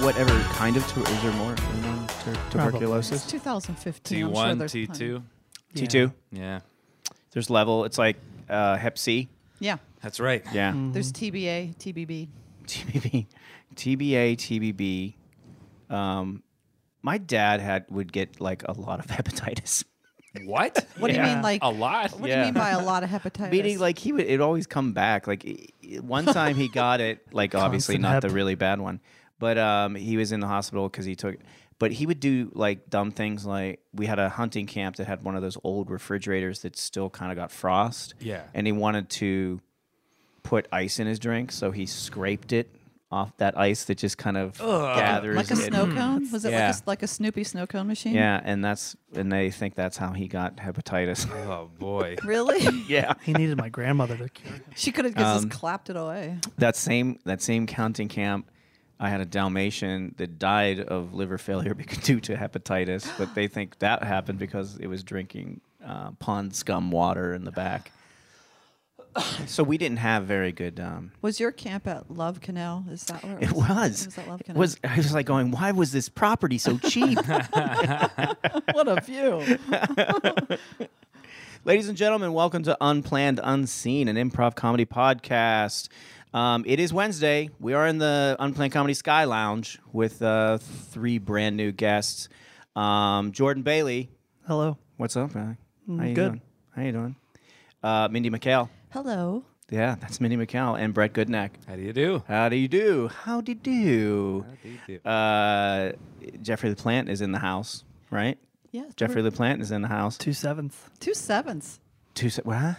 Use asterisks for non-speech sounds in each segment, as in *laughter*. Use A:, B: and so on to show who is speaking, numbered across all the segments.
A: whatever kind of tu- is there more than one tur- tuberculosis?
B: It's 2015.
C: T
B: I'm sure
C: one,
B: there's
C: T
B: plenty.
C: two.
A: T two.
C: Yeah,
A: There's level. It's like uh, Hep C.
B: Yeah.
C: that's right.
A: Yeah. *laughs*
B: There's TBA, TBB.
A: TBB, TBA, TBB. Um, my dad had would get like a lot of *laughs* hepatitis.
C: *laughs* What?
B: What do you mean, like
C: a lot?
B: What do
A: Yeah.
B: you mean by a lot of hepatitis?
A: Meaning, like he would, it always come back. Like i- i- one time he got it,
B: *laughs*
A: like obviously
D: Constant
A: not
D: hep.
A: the really bad one, but um, he was in the hospital because he took. But he would do like dumb things, like we had a hunting camp that had one of those old refrigerators that still kind of got frost.
C: Yeah.
A: and he wanted to put ice in his drink, so he scraped it off that ice that just kind of gathers.
B: like a
A: it.
B: snow cone? Was it
A: Yeah.
B: like, a, like a Snoopy snow cone machine?
A: Yeah, and that's and they think that's how he got hepatitis. *laughs*
C: Oh boy.
B: Really? *laughs*
A: yeah.
D: He needed my grandmother to cure him.
B: she could have just
A: Um,
B: clapped it away.
A: That same that same counting camp, I had a Dalmatian that died of liver failure *laughs* bec- due to hepatitis, but they think that happened because it was drinking uh, pond scum water in the back. So we didn't have very good. Um,
B: Was your camp at Love Canal? Is that where
A: it was.
B: It was at Love
A: It *laughs*
B: Canal.
A: was I was like going, why was this property so cheap?
B: *laughs* what a view.
A: Ladies and gentlemen, welcome to Unplanned Unseen, an improv comedy podcast. Um, it is Wednesday. We are in the Unplanned Comedy Sky Lounge with uh, three brand new guests. Um, Jordan Bailey,
D: Hello.
A: what's up, man? How you
D: good.
A: doing? How you doing? Uh, Mindy McHale,
B: Hello.
A: yeah, that's Mindy McHale, and Brett Goodneck.
C: How do you do?
A: How do you do? How do you do?
B: Uh-huh.
A: Uh, Jeffrey the Plant is in the house, right?
B: Yeah.
A: Jeffrey
B: we're-
A: the Plant is in the house.
D: Two sevenths.
B: Two sevens.
A: Two, se- what?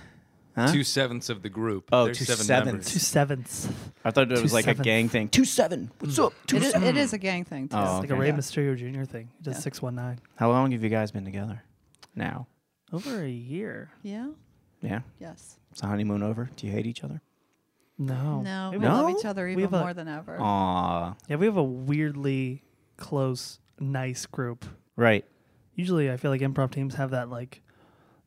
A: Huh?
C: Two sevenths of the group.
A: Oh,
C: There's
A: two
C: seven
A: sevenths.
C: members.
D: Two sevenths.
A: I thought it
D: Two
A: was like a
D: sevens.
A: gang thing. Two seven. What's up? Two
B: Mm. It is,
A: seven.
B: it is a gang thing, too.
A: Oh,
D: Like
A: Okay.
D: a Ray
A: Yeah.
D: Mysterio Jr. thing. He does
B: Yeah.
D: 619.
A: How long have you guys been together? Now.
D: Over a year.
B: Yeah.
A: Yeah.
B: Yes.
A: Is the honeymoon over? Do you hate each other? Oh.
D: No.
B: No, we
D: We-
B: love
A: No?
B: each other
D: We
B: even
D: have a-
B: more than ever.
A: Aw.
D: Yeah, we have a weirdly close, nice group.
A: Right.
D: Usually I feel like improv teams have that like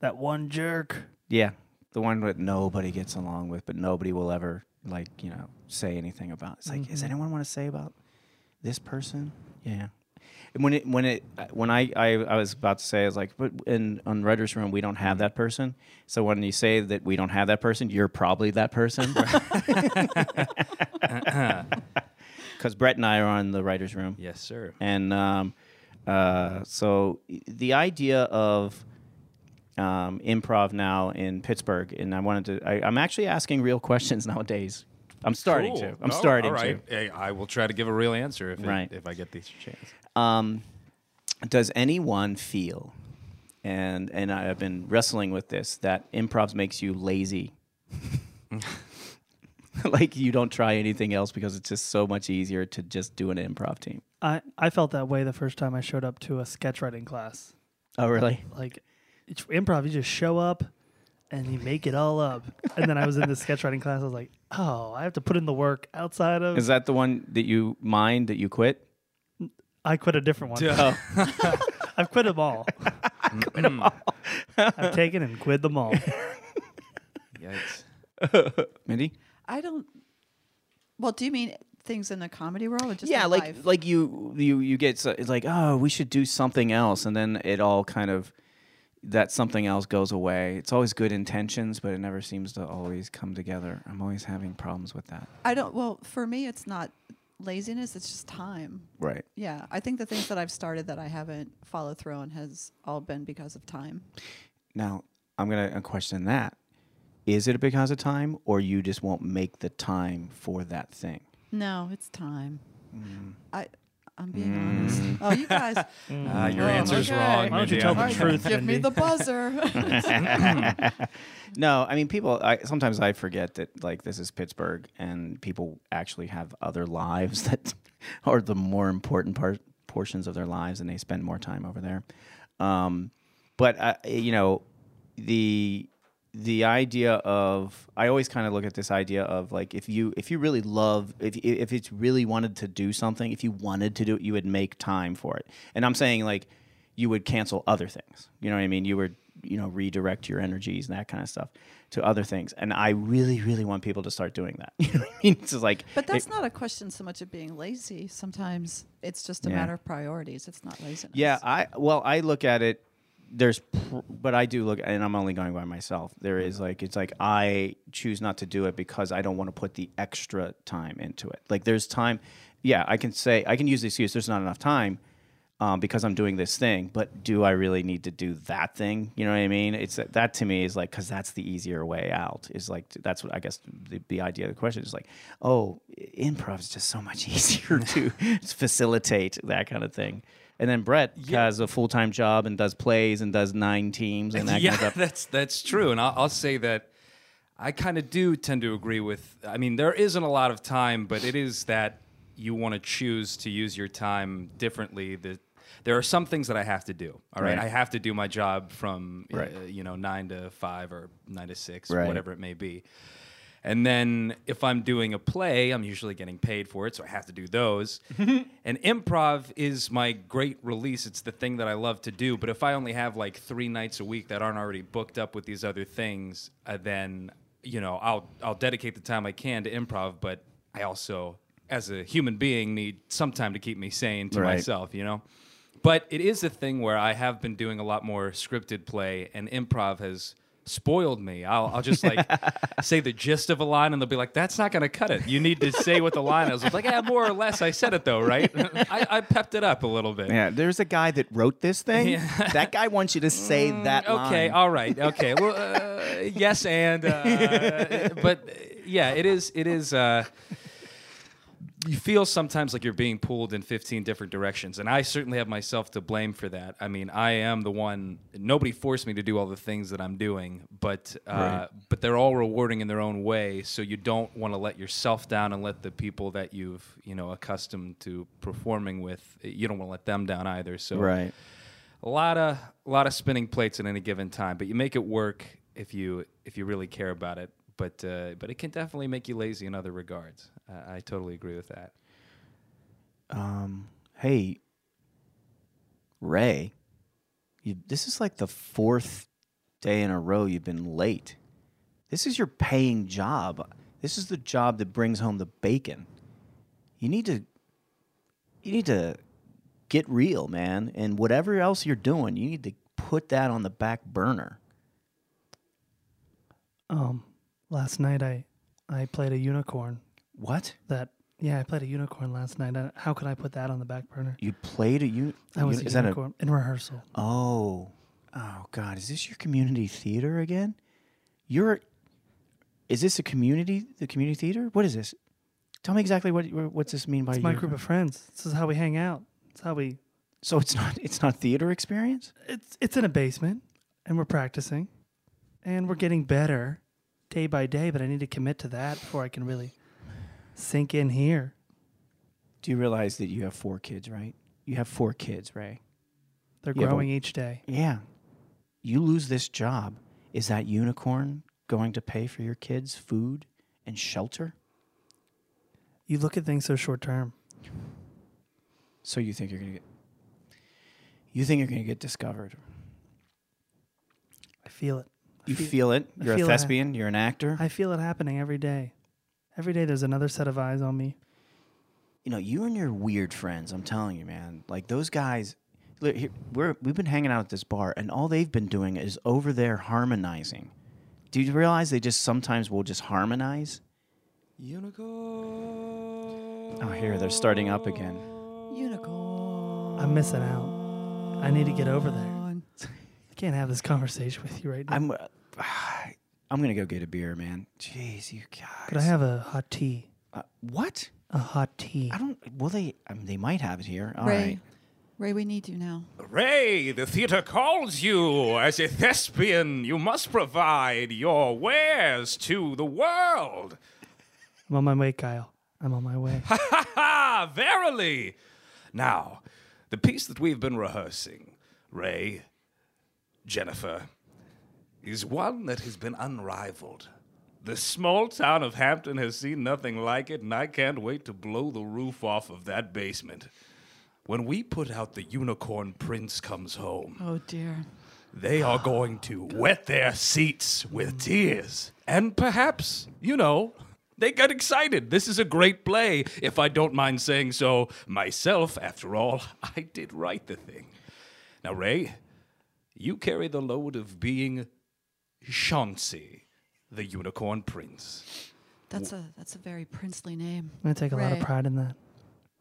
D: that one jerk.
A: Yeah. The one that nobody gets along with, but nobody will ever like, you know, say anything about. It's like, does anyone want to say about this person? Yeah. And when it when it uh, when I, I I was about to say I was like, but in on writers room we don't have that person. So when you say that we don't have that person, you're probably that person. *laughs* Because Brett and I are on the writers room.
C: Yes, sir.
A: And um, uh, so the idea of um, improv now in Pittsburgh, and I wanted to, I, I'm actually asking real *laughs* questions nowadays. I'm starting to.
C: Cool.
A: I'm
C: Oh,
A: starting
C: all right. Hey, I will try to give a real answer if it-
A: Right. Oh.
C: if I get these chance.
A: to. Um, does anyone feel, and and I have been wrestling with this, that improv makes you lazy? *laughs* like you don't try anything else because it's just so much easier to just do an improv team.
D: I, I felt that way the first time I showed up to a sketch writing class.
A: Oh, really?
D: Like it's improv, you just show up and you make it all up. and then I was in this sketch writing class, I was like, Oh, I have to put in the work outside of
A: Is that the one that you mind that you quit?
D: I quit a different
E: *laughs*
D: one. I've quit them all.
A: Mm.
D: *laughs* I've taken and quit them all.
C: *laughs* Yikes.
A: Mindy?
B: I don't. Well, do you mean things in the comedy world or just
A: yeah,
B: in
A: like
B: life?
A: like you you you get so, it's like oh we should do something else, and then it all kind of that something else goes away. It's always good intentions, but it never seems to always come together. I'm always having problems with that.
B: I don't. Well, for me, it's not laziness. It's just time.
A: Right.
B: Yeah, I think the things that I've started that I haven't followed through on has all been because of time.
A: Now I'm gonna uh, question that. Is it because of time, or you just won't make the time for that thing?
B: No, it's time. I, I'm being honest. Oh, you guys.
C: Ah, your
B: Oh,
C: answer's
B: okay.
C: wrong.
D: Why don't you
C: Mindy.
D: tell
C: I'm
D: the
C: gonna-
D: truth?
B: Give me
D: Mindy.
B: the buzzer.
A: No, I mean people. I, sometimes I forget that like this is Pittsburgh, and people actually have other lives *laughs* that are the more important part, portions of their lives, and they spend more time over there. Um, but uh, you know, the the idea of I always kind of look at this idea of like if you if you really love if if it's really wanted to do something, if you wanted to do it, you would make time for it. And I'm saying like you would cancel other things. You know what I mean? You would you know redirect your energies and that kind of stuff to other things and i really really want people to start doing that *laughs* you know what i mean it's just like
B: But that's
A: it-
B: not a question so much of being lazy. Sometimes it's just a
A: Yeah.
B: matter of priorities. It's not laziness.
A: yeah i well i look at it there's pr- but i do look and i'm only going by myself there is like it's like i choose not to do it because i don't want to put the extra time into it like there's time yeah i can say i can use the excuse there's not enough time um, because i'm doing this thing but do i really need to do that thing you know what i mean it's that to me is like because that's the easier way out is like that's what i guess the, the idea of the question is like oh improv is just so much *laughs* easier to facilitate that kind of thing and then Brett has a full time job and does plays and does nine teams and that
E: *laughs* yeah,
A: kind of stuff.
E: that's that's true, and I'll, I'll say that I kind of do tend to agree with. I mean, there isn't a lot of time, but it is that you want to choose to use your time differently. That there are some things that I have to do. All right,
A: Right.
E: I have to do my job from uh,
A: Right.
E: you know nine to five or nine to six
A: Right.
E: or whatever it may be. And then if I'm doing a play, I'm usually getting paid for it, so I have to do those. and improv is my great release. It's the thing that I love to do. But if I only have like three nights a week that aren't already booked up with these other things, uh, then you know I'll I'll dedicate the time I can to improv. But I also, as a human being, need some time to keep me sane to
A: Right.
E: myself. You know. But it is a thing where I have been doing a lot more scripted play, and improv has spoiled me. I'll, I'll just like say the gist of a line, and they'll be like, "That's not going to cut it. You need to say what the line is." I was like, "Yeah, more or less, I said it though, right?" *laughs* I, I pepped it up a little bit.
A: Yeah, there's a guy that wrote this
E: *laughs*
A: thing. that guy wants you to say that.
E: Mm, Okay,
A: line.
E: all right, okay. Well, uh,
A: *laughs*
E: yes, and uh, but uh, yeah, it is. It is. Uh, you feel sometimes like you're being pulled in 15 different directions, and I certainly have myself to blame for that. I mean, I am the one. Nobody forced me to do all the things that I'm doing, but uh, but they're all rewarding in their own way. So you don't want to let yourself down and let the people that you've you know accustomed to performing with, you don't want to let them down either. So
A: right.
E: a lot of a lot of spinning plates at any given time, but you make it work if you if you really care about it. But uh, but it can definitely make you lazy in other regards. Uh, I totally agree with that.
A: Um, hey, Ray, you, this is like the fourth day in a row you've been late. This is your paying job. This is the job that brings home the bacon. You need to, you need to get real, man. And whatever else you're doing, you need to put that on the back burner.
D: Um, last night I I played a unicorn.
A: What?
D: That yeah, I played a unicorn last night. I, how could I put that on the back burner?
A: You played a uni-
D: I was
A: uni-
D: a
A: is that a
D: unicorn in rehearsal.
A: Oh, oh God! Is this your community theater again? You're. Is this a community? The community theater? What is this? Tell me exactly what what's this mean by
D: It's my group of friends. This is how we hang out. It's how we.
A: So it's not it's not theater experience.
D: It's it's in a basement, and we're practicing, and we're getting better, day by day. But I need to commit to that before I can really sink in here.
A: Do you realize that you have four kids, right? You have four kids, Ray.
D: They're
A: Yeah, but-
D: growing each day.
A: Yeah. You lose this job. Is that unicorn going to pay for your kids' food and shelter?
D: You look at things so short term.
A: So you think you're gonna get you think you're gonna get discovered.
D: I feel it. I
A: You feel it.
D: I
A: You're
D: feel
A: a
D: it.
A: thespian. You're an actor.
D: I feel it happening every day. Every day there's another set of eyes on me.
A: you know, you and your weird friends, I'm telling you, man, like those guys, look, here- we're, we've been hanging out at this bar, and all they've been doing is over there harmonizing. Do you realize they just sometimes will just harmonize?
E: Unicorn.
A: Oh, here, they're starting up again.
B: Unicorn.
D: I'm missing out. I need to get over there. I can't have this conversation with you right now.
A: I'm, uh, I'm gonna go get a beer, man. Jeez, you guys.
D: Could I have a hot tea?
A: Uh, what?
D: A hot tea.
A: I don't. Well, they, I mean, they might have it here. All right.
B: Ray, Ray, we need you now.
E: Ray, the theater calls you. As a thespian, you must provide your wares to the world.
D: I'm on my way, Kyle. I'm on my way.
E: Ha ha! Verily! Now, the piece that we've been rehearsing, Ray, Jennifer, is one that has been unrivaled. The small town of Hampton has seen nothing like it, and I can't wait to blow the roof off of that basement. When we put out The Unicorn Prince Comes Home,
B: Oh dear.
C: they are going to wet their seats with tears. And perhaps, you know, they got excited. This is a great play, if I don't mind saying so myself. After all, *laughs* I did write the thing. Now, Ray, you carry the load of being Chauncey, the unicorn prince.
B: That's a that's a very princely name.
D: I'm gonna take a lot of
B: Right.
D: pride in that.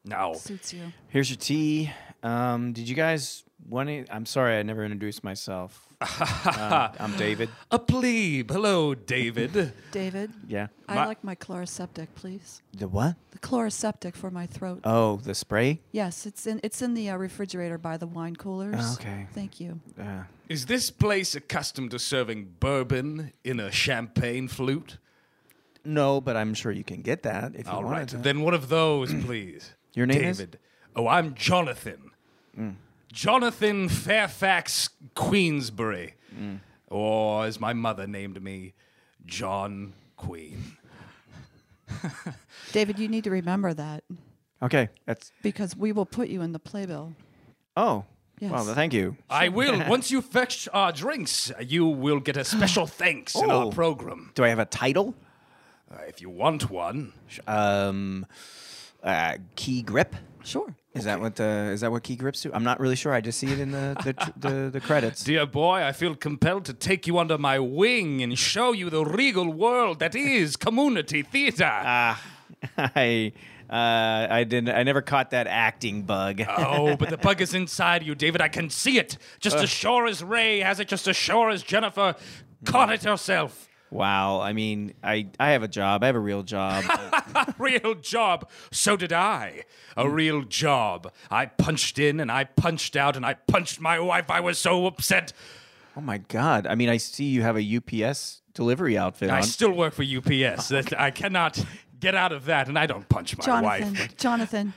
C: Now,
B: Suits you.
A: Here's your tea. Um, did you guys want to? I'm sorry, I never introduced myself.
C: *laughs*
A: Um, I'm David.
C: a plebe. Hello, David.
B: David,
A: Yeah.
B: I like my chloroseptic, please.
A: The what?
B: The chloroseptic for my throat.
A: Oh, the spray.
B: yes, it's in it's in the uh, refrigerator by the wine coolers.
C: Oh,
A: okay.
B: Thank you.
A: Uh,
C: Is this place accustomed to serving bourbon in a champagne flute?
A: no, but I'm sure you can get that if you
C: All
A: want.
C: right, then one of those, *clears throat* please.
A: Your name is? Mm.
C: David. Oh, I'm Jonathan. Jonathan Fairfax Queensbury,
A: Mm.
C: or as my mother named me, John Queen.
B: David, you need to remember that
A: Okay. That's.
B: because we will put you in the playbill.
A: Oh.
B: Yes.
A: Well, thank you. *laughs*
C: I will. Once you fetch our drinks, you will get
A: *gasps*
C: a special thanks in
A: Oh.
C: our program.
A: Do I have a title?
C: Uh, if you want one,
A: Um, uh, key grip.
B: Sure.
A: Is that what the is that what key grips do? I'm not really sure. I just see it in the the tr- the, the *laughs* credits.
C: Dear boy, I feel compelled to take you under my wing and show you the regal world that is community theater.
A: Ah, I uh, I didn't. I never caught that acting
C: *laughs*
A: bug.
C: oh, but the bug is inside you, David. I can see it. Just as sure as Ray has it, just as sure as Jennifer caught it herself.
A: Wow. I mean, I I have a job. I have a real *laughs* job.
C: A real job. So did I. A real job. I punched in and I punched out and I punched my wife. I was so upset.
A: oh my god. I mean, I see you have a UPS delivery outfit
C: I
A: on.
C: still work for UPS. That- I cannot get out of that, and I don't punch my
B: Jonathan,
C: wife.
B: Jonathan,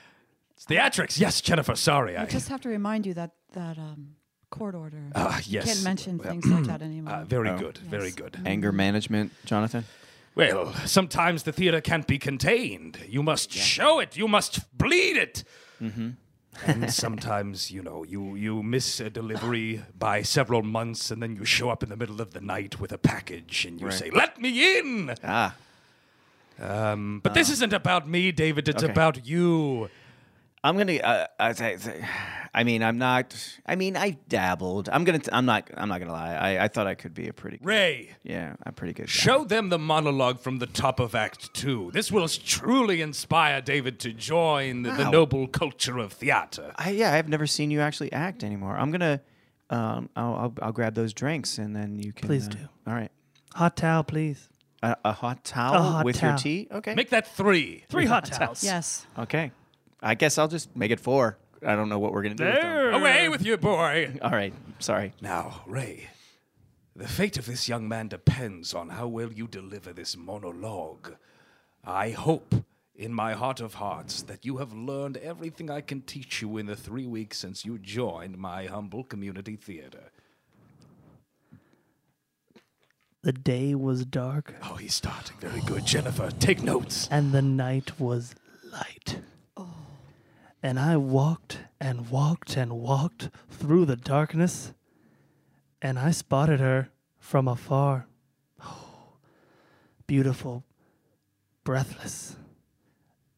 C: It's theatrics. Yes, Jennifer. Sorry. I,
B: I just have to remind you that that um, court order.
C: Ah,
B: You
C: yes.
B: Can't mention things
C: *clears throat*
B: like that anymore.
C: Uh, very
A: Oh.
C: good, very good.
A: Anger management, Jonathan.
C: Well, sometimes the theater can't be contained. You must show it. You must bleed it.
A: Mm-hmm.
C: and sometimes, you know, you you miss a delivery by several months, and then you show up in the middle of the night with a package, and you
A: Right.
C: say, "Let me in."
A: Ah.
C: Um, but this isn't about me, David. It's
A: uh-huh. Okay.
C: about you.
A: I'm gonna. Uh, I, say- say- I mean, I'm not. I mean, I dabbled. I'm gonna. T- I'm not. I'm not gonna lie. I, I thought I could be a pretty. Good,
C: Ray,
A: yeah, a pretty good. guy.
C: show them the monologue from the top of Act Two. This will truly inspire David to join the, the
A: Wow.
C: noble culture of theater.
A: I, yeah, I've never seen you actually act anymore. I'm gonna. Um, I'll, I'll, I'll grab those drinks and then you can.
D: Please
A: uh,
D: do.
A: All right.
D: Hot towel, please.
A: A, a hot towel
D: hot
A: with your
D: towel.
A: tea. Okay.
C: Make that three.
D: Three hot towels.
B: yes.
A: okay. I guess I'll just make it four. I don't know what we're gonna do. with them.
C: Away with you, boy.
A: All right. Sorry.
C: Now, Ray, the fate of this young man depends on how well you deliver this monologue. I hope, in my heart of hearts, that you have learned everything I can teach you in the three weeks since you joined my humble community theater.
D: The day was dark
C: Oh, he's starting. Very good. Jennifer, take notes.
D: and the night was light. And I walked and walked and walked through the darkness, and I spotted her from afar. *gasps* beautiful, breathless,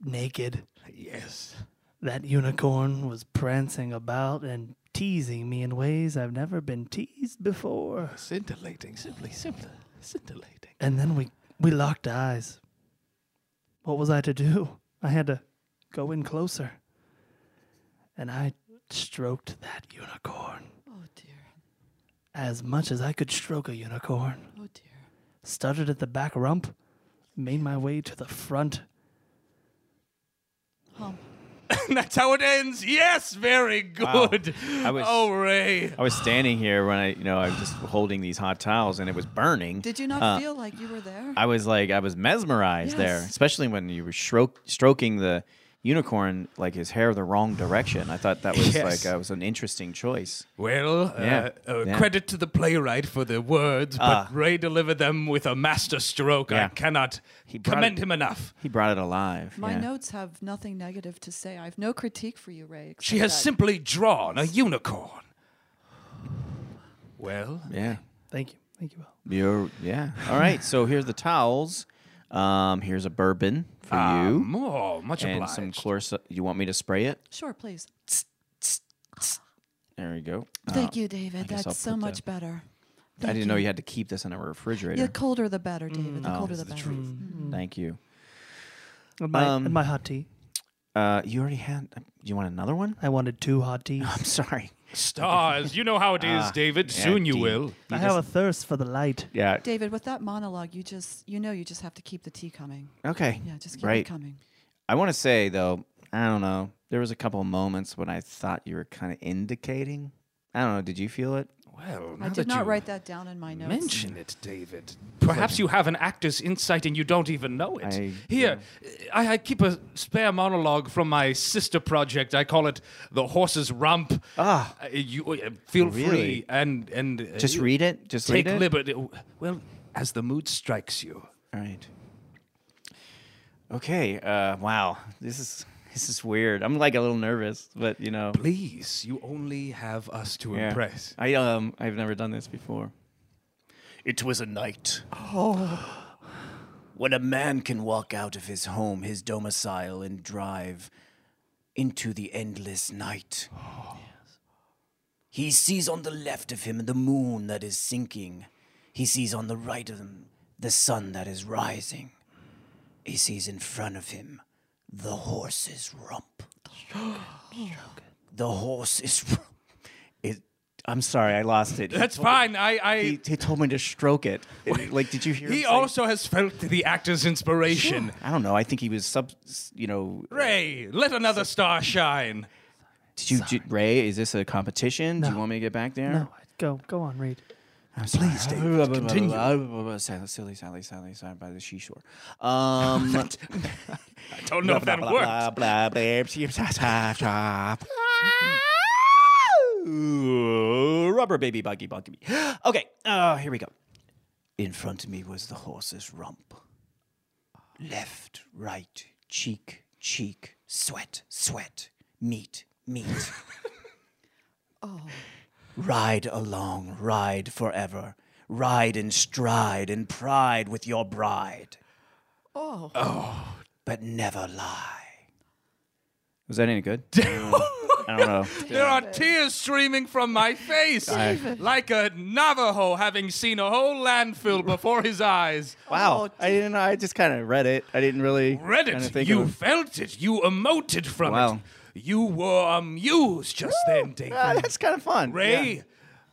D: naked.
C: Yes.
D: That unicorn was prancing about and teasing me in ways I've never been teased before.
C: Scintillating. Simply, simply, scintillating.
D: And then we we locked eyes. What was I to do? *laughs* I had to go in closer. And I stroked that unicorn
B: Oh dear.
D: as much as I could stroke a unicorn.
B: Oh dear.
D: Started at the back rump, made my way to the front.
B: Oh,
C: *laughs* That's how it ends. Yes, very good.
A: I was-
C: Oh, Ray.
A: I was standing here when I, you know, I was just holding these hot towels and it was burning.
B: did you not
A: Uh,
B: feel like you were there?
A: I was like, I was mesmerized there,
B: Yes.
A: especially when you were stro- stroking the unicorn, like his hair the wrong direction. I thought that was
C: *laughs* Yes.
A: like, uh, was an interesting choice.
C: Well,
A: Yeah,
C: uh, uh,
A: yeah.
C: credit to the playwright for the words,
A: Ah.
C: but Ray delivered them with a master stroke.
A: Yeah.
C: I cannot
A: He brought
C: commend
A: it-
C: him enough.
A: He brought it alive.
B: My
A: yeah.
B: notes have nothing negative to say. I have no critique for you, Ray.
C: She
B: except
C: has
B: that-
C: simply drawn a unicorn. Well,
A: Yeah.
D: Thank you. Thank you, Will.
A: You're, yeah. All right. So here's the towels. Um, here's a bourbon for you.
C: oh, much
A: And
C: obliged.
A: some chlorisa. You want me to spray it?
B: Sure, please.
A: There we go. Uh,
B: Thank you, David.
A: Oh. guess I'll
B: That's so
A: put
B: much
A: the-
B: better.
A: I
B: Thank
A: didn't know you had to keep this in a refrigerator.
B: The colder the better, David. The
A: Oh,
B: colder
A: it's
B: the
A: the
B: better. Mm.
A: truth. Thank you.
D: And my,
A: Um,
D: and my hot tea.
A: Uh, you already had. You want another one? *laughs*
D: I wanted two hot teas.
A: I'm sorry.
C: Stars, you know how it is, David.
A: Ah, yeah,
C: Soon you
A: deep.
C: will.
D: I have a thirst for the light.
A: Yeah.
B: David, with that monologue, you just you know you just have to keep the tea coming.
A: Okay.
B: Yeah, just keep it
A: right.
B: coming.
A: I want to say though, I don't know. There was a couple of moments when I thought you were kind of indicating. I don't know. Did you feel it?
C: Well, now
B: I did
C: that you
B: not write that down in my notes.
C: mention it, David. Perhaps you have an actor's insight and you don't even know it.
A: I-
C: Here, I, I keep a spare monologue from my sister project. I call it "The Horse's Rump."
A: Ah.
C: Uh, you uh, feel free
A: Oh, Really?
C: and and uh,
A: Just read it. Just
C: take
A: read it.
C: liberty. Well, as the mood strikes you.
A: All right. Okay. Uh, wow. This is this is weird. I'm like a little nervous, but you know.
C: Please, you only have us to
A: Yeah.
C: impress.
A: I um I've never done this before. It was a
C: *gasps*
A: night. Oh. When a man can walk out of his home, his domicile, and drive into the endless
C: *gasps*
A: night. He sees on the left of him the moon that is sinking. He sees on the right of him the sun that is rising. He sees in front of him the horse's rump. the horse is. *laughs* It, I'm sorry, I lost it. He
C: That's
A: told-
C: fine. I, I
A: He, he told me to stroke it. It- like, did you hear? him
C: He
A: say-
C: also has felt the actor's inspiration.
A: I don't know. I think he was sub. You know,
C: Ray, let another star shine.
A: did you, did- Ray? Is this a competition? Do you
D: No.
A: want me to get back there?
D: No, go go on, read.
A: Please, David, continue. Silly, silly, silly, silly, silly by the seashore.
D: *laughs*
A: Um,
C: I don't know if Oh, that worked.
A: Rubber baby buggy buggy. *gasps* Okay, uh, here we go. In front of me was the horse's rump. Left, right, cheek, cheek, sweat, sweat, meat, meat. Ride along, ride forever. Ride in stride and pride with your bride,
B: Oh,
A: but never lie. Was that any
C: *laughs*
A: good? I don't know.
C: There are tears streaming from my face, like a Navajo having seen a whole landfill before his eyes.
A: Wow.
B: Oh,
A: I didn't know. I just kind of read it. I didn't really
C: Read
A: kinda
C: it.
A: think
C: You
A: of-
C: felt it. You emoted from
A: Wow.
C: it. You were amused just then,
A: Ah,
C: David.
A: that's kind of fun.
C: Ray,
A: Yeah.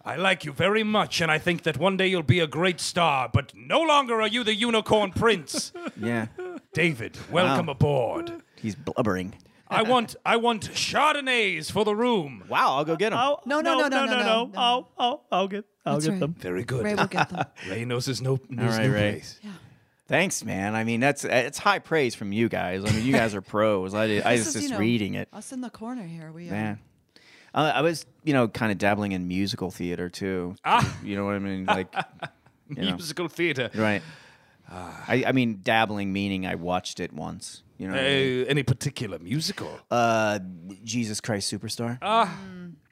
C: I like you very much, and I think that one day you'll be a great star, but no longer are you the unicorn
A: *laughs*
C: prince.
A: Yeah.
C: David, welcome aboard.
A: He's blubbering.
C: I want I want Chardonnays for the room.
A: Wow. I'll go get him.
D: Oh
B: No, no, no, no, no, no, no.
D: Oh, oh, I'll get, I'll
B: That's
D: get
B: right.
D: them. *laughs*
C: Very good.
B: Ray will get them.
C: *laughs* Ray knows his no, knows
A: right,
C: no
A: Ray.
C: place.
B: Yeah.
A: Thanks, man. I mean, that's it's high praise from you guys. I mean, you guys are pros.
B: *laughs*
A: I, did, I was
B: This is,
A: just
B: you know,
A: reading it.
B: Us in the corner here. We are.
A: Man. Uh, I was, you know, kind of dabbling in musical theater too. Ah. You know what I mean? *laughs* Like, you know,
C: Musical theater.
A: right. I, I mean, dabbling meaning I watched it once. You know, what I mean?
C: Uh, any particular musical?
A: uh, Jesus Christ Superstar.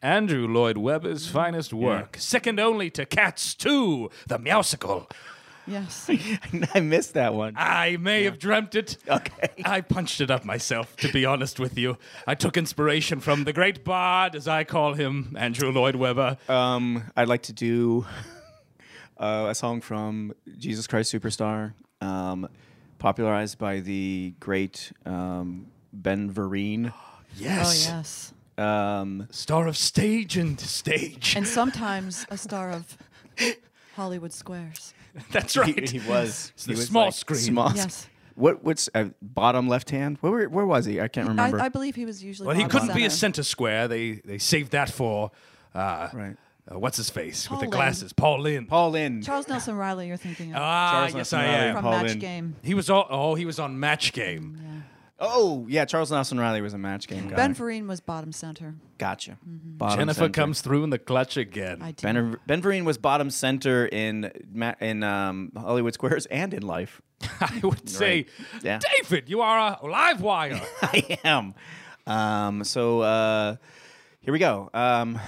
C: Andrew Lloyd Webber's finest work, second only to Cats 2, the Mousical.
A: *laughs*
B: Yes.
A: *laughs* I missed that one.
C: I may have dreamt it.
A: Okay.
C: I punched it up myself, to be honest with you. I took inspiration from the great bard, as I call him, Andrew Lloyd Webber.
A: Um, I'd like to do *laughs* uh, a song from Jesus Christ Superstar, um, popularized by the great um, Ben Vereen.
B: Oh
C: yes.
B: yes.
A: Um,
C: Star of stage and stage.
B: And sometimes a star of Hollywood Squares.
C: *laughs* That's right.
A: he was
C: It's
A: he
C: the
A: was,
C: small
A: like,
C: screen.
A: Small
B: Yes.
A: What what's uh, bottom left hand? Where were, where was he? I can't
B: I,
A: remember.
B: I believe he was usually.
C: Well, he
B: bottom
C: couldn't be a
B: center.
C: center square. They they saved that for uh,
A: Right.
C: uh, what's his face with
B: Paul
C: the
B: Lynde.
C: glasses, Paul Lynn.
A: Paul in.
B: Charles Nelson Riley. You're thinking of
C: ah,
A: Charles
C: yes,
A: Nelson
C: I
A: Riley.
C: am.
B: from
A: Paul
B: Match
A: Lynde.
B: Game.
C: He was all, oh, he was on Match Game.
A: Oh yeah, Charles Nelson Riley was a match game guy.
B: Ben Mm-hmm. Vereen was bottom center.
A: gotcha. Bottom
C: Jennifer
A: center.
C: comes through in the clutch again.
B: I do.
A: Ben, ben Vereen was bottom center in ma- in um, Hollywood Squares and in life.
C: *laughs* I would say,
A: Yeah.
C: David, you are a live
A: *laughs*
C: wire.
A: I am. Um, so uh, here we go. Um,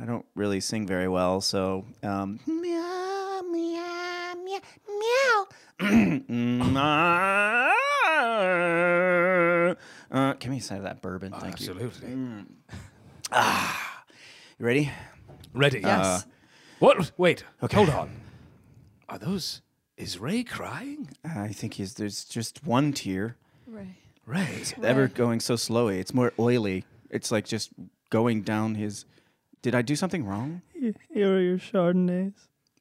A: I don't really sing very well, so um, meow, meow, meow, meow. *clears throat* uh, give me a side of that bourbon. Thank you. Mm. Ah,
C: Absolutely.
A: You ready?
C: Ready?
A: uh,
B: Yes.
C: What? Wait. Hold on. Are those? Is Ray crying?
A: I think he's, there's just one tear.
B: right.
C: Ray.
A: Ever going so slowly. It's more oily. It's like just going down his. Did I do something wrong?
D: Here are your Chardonnays.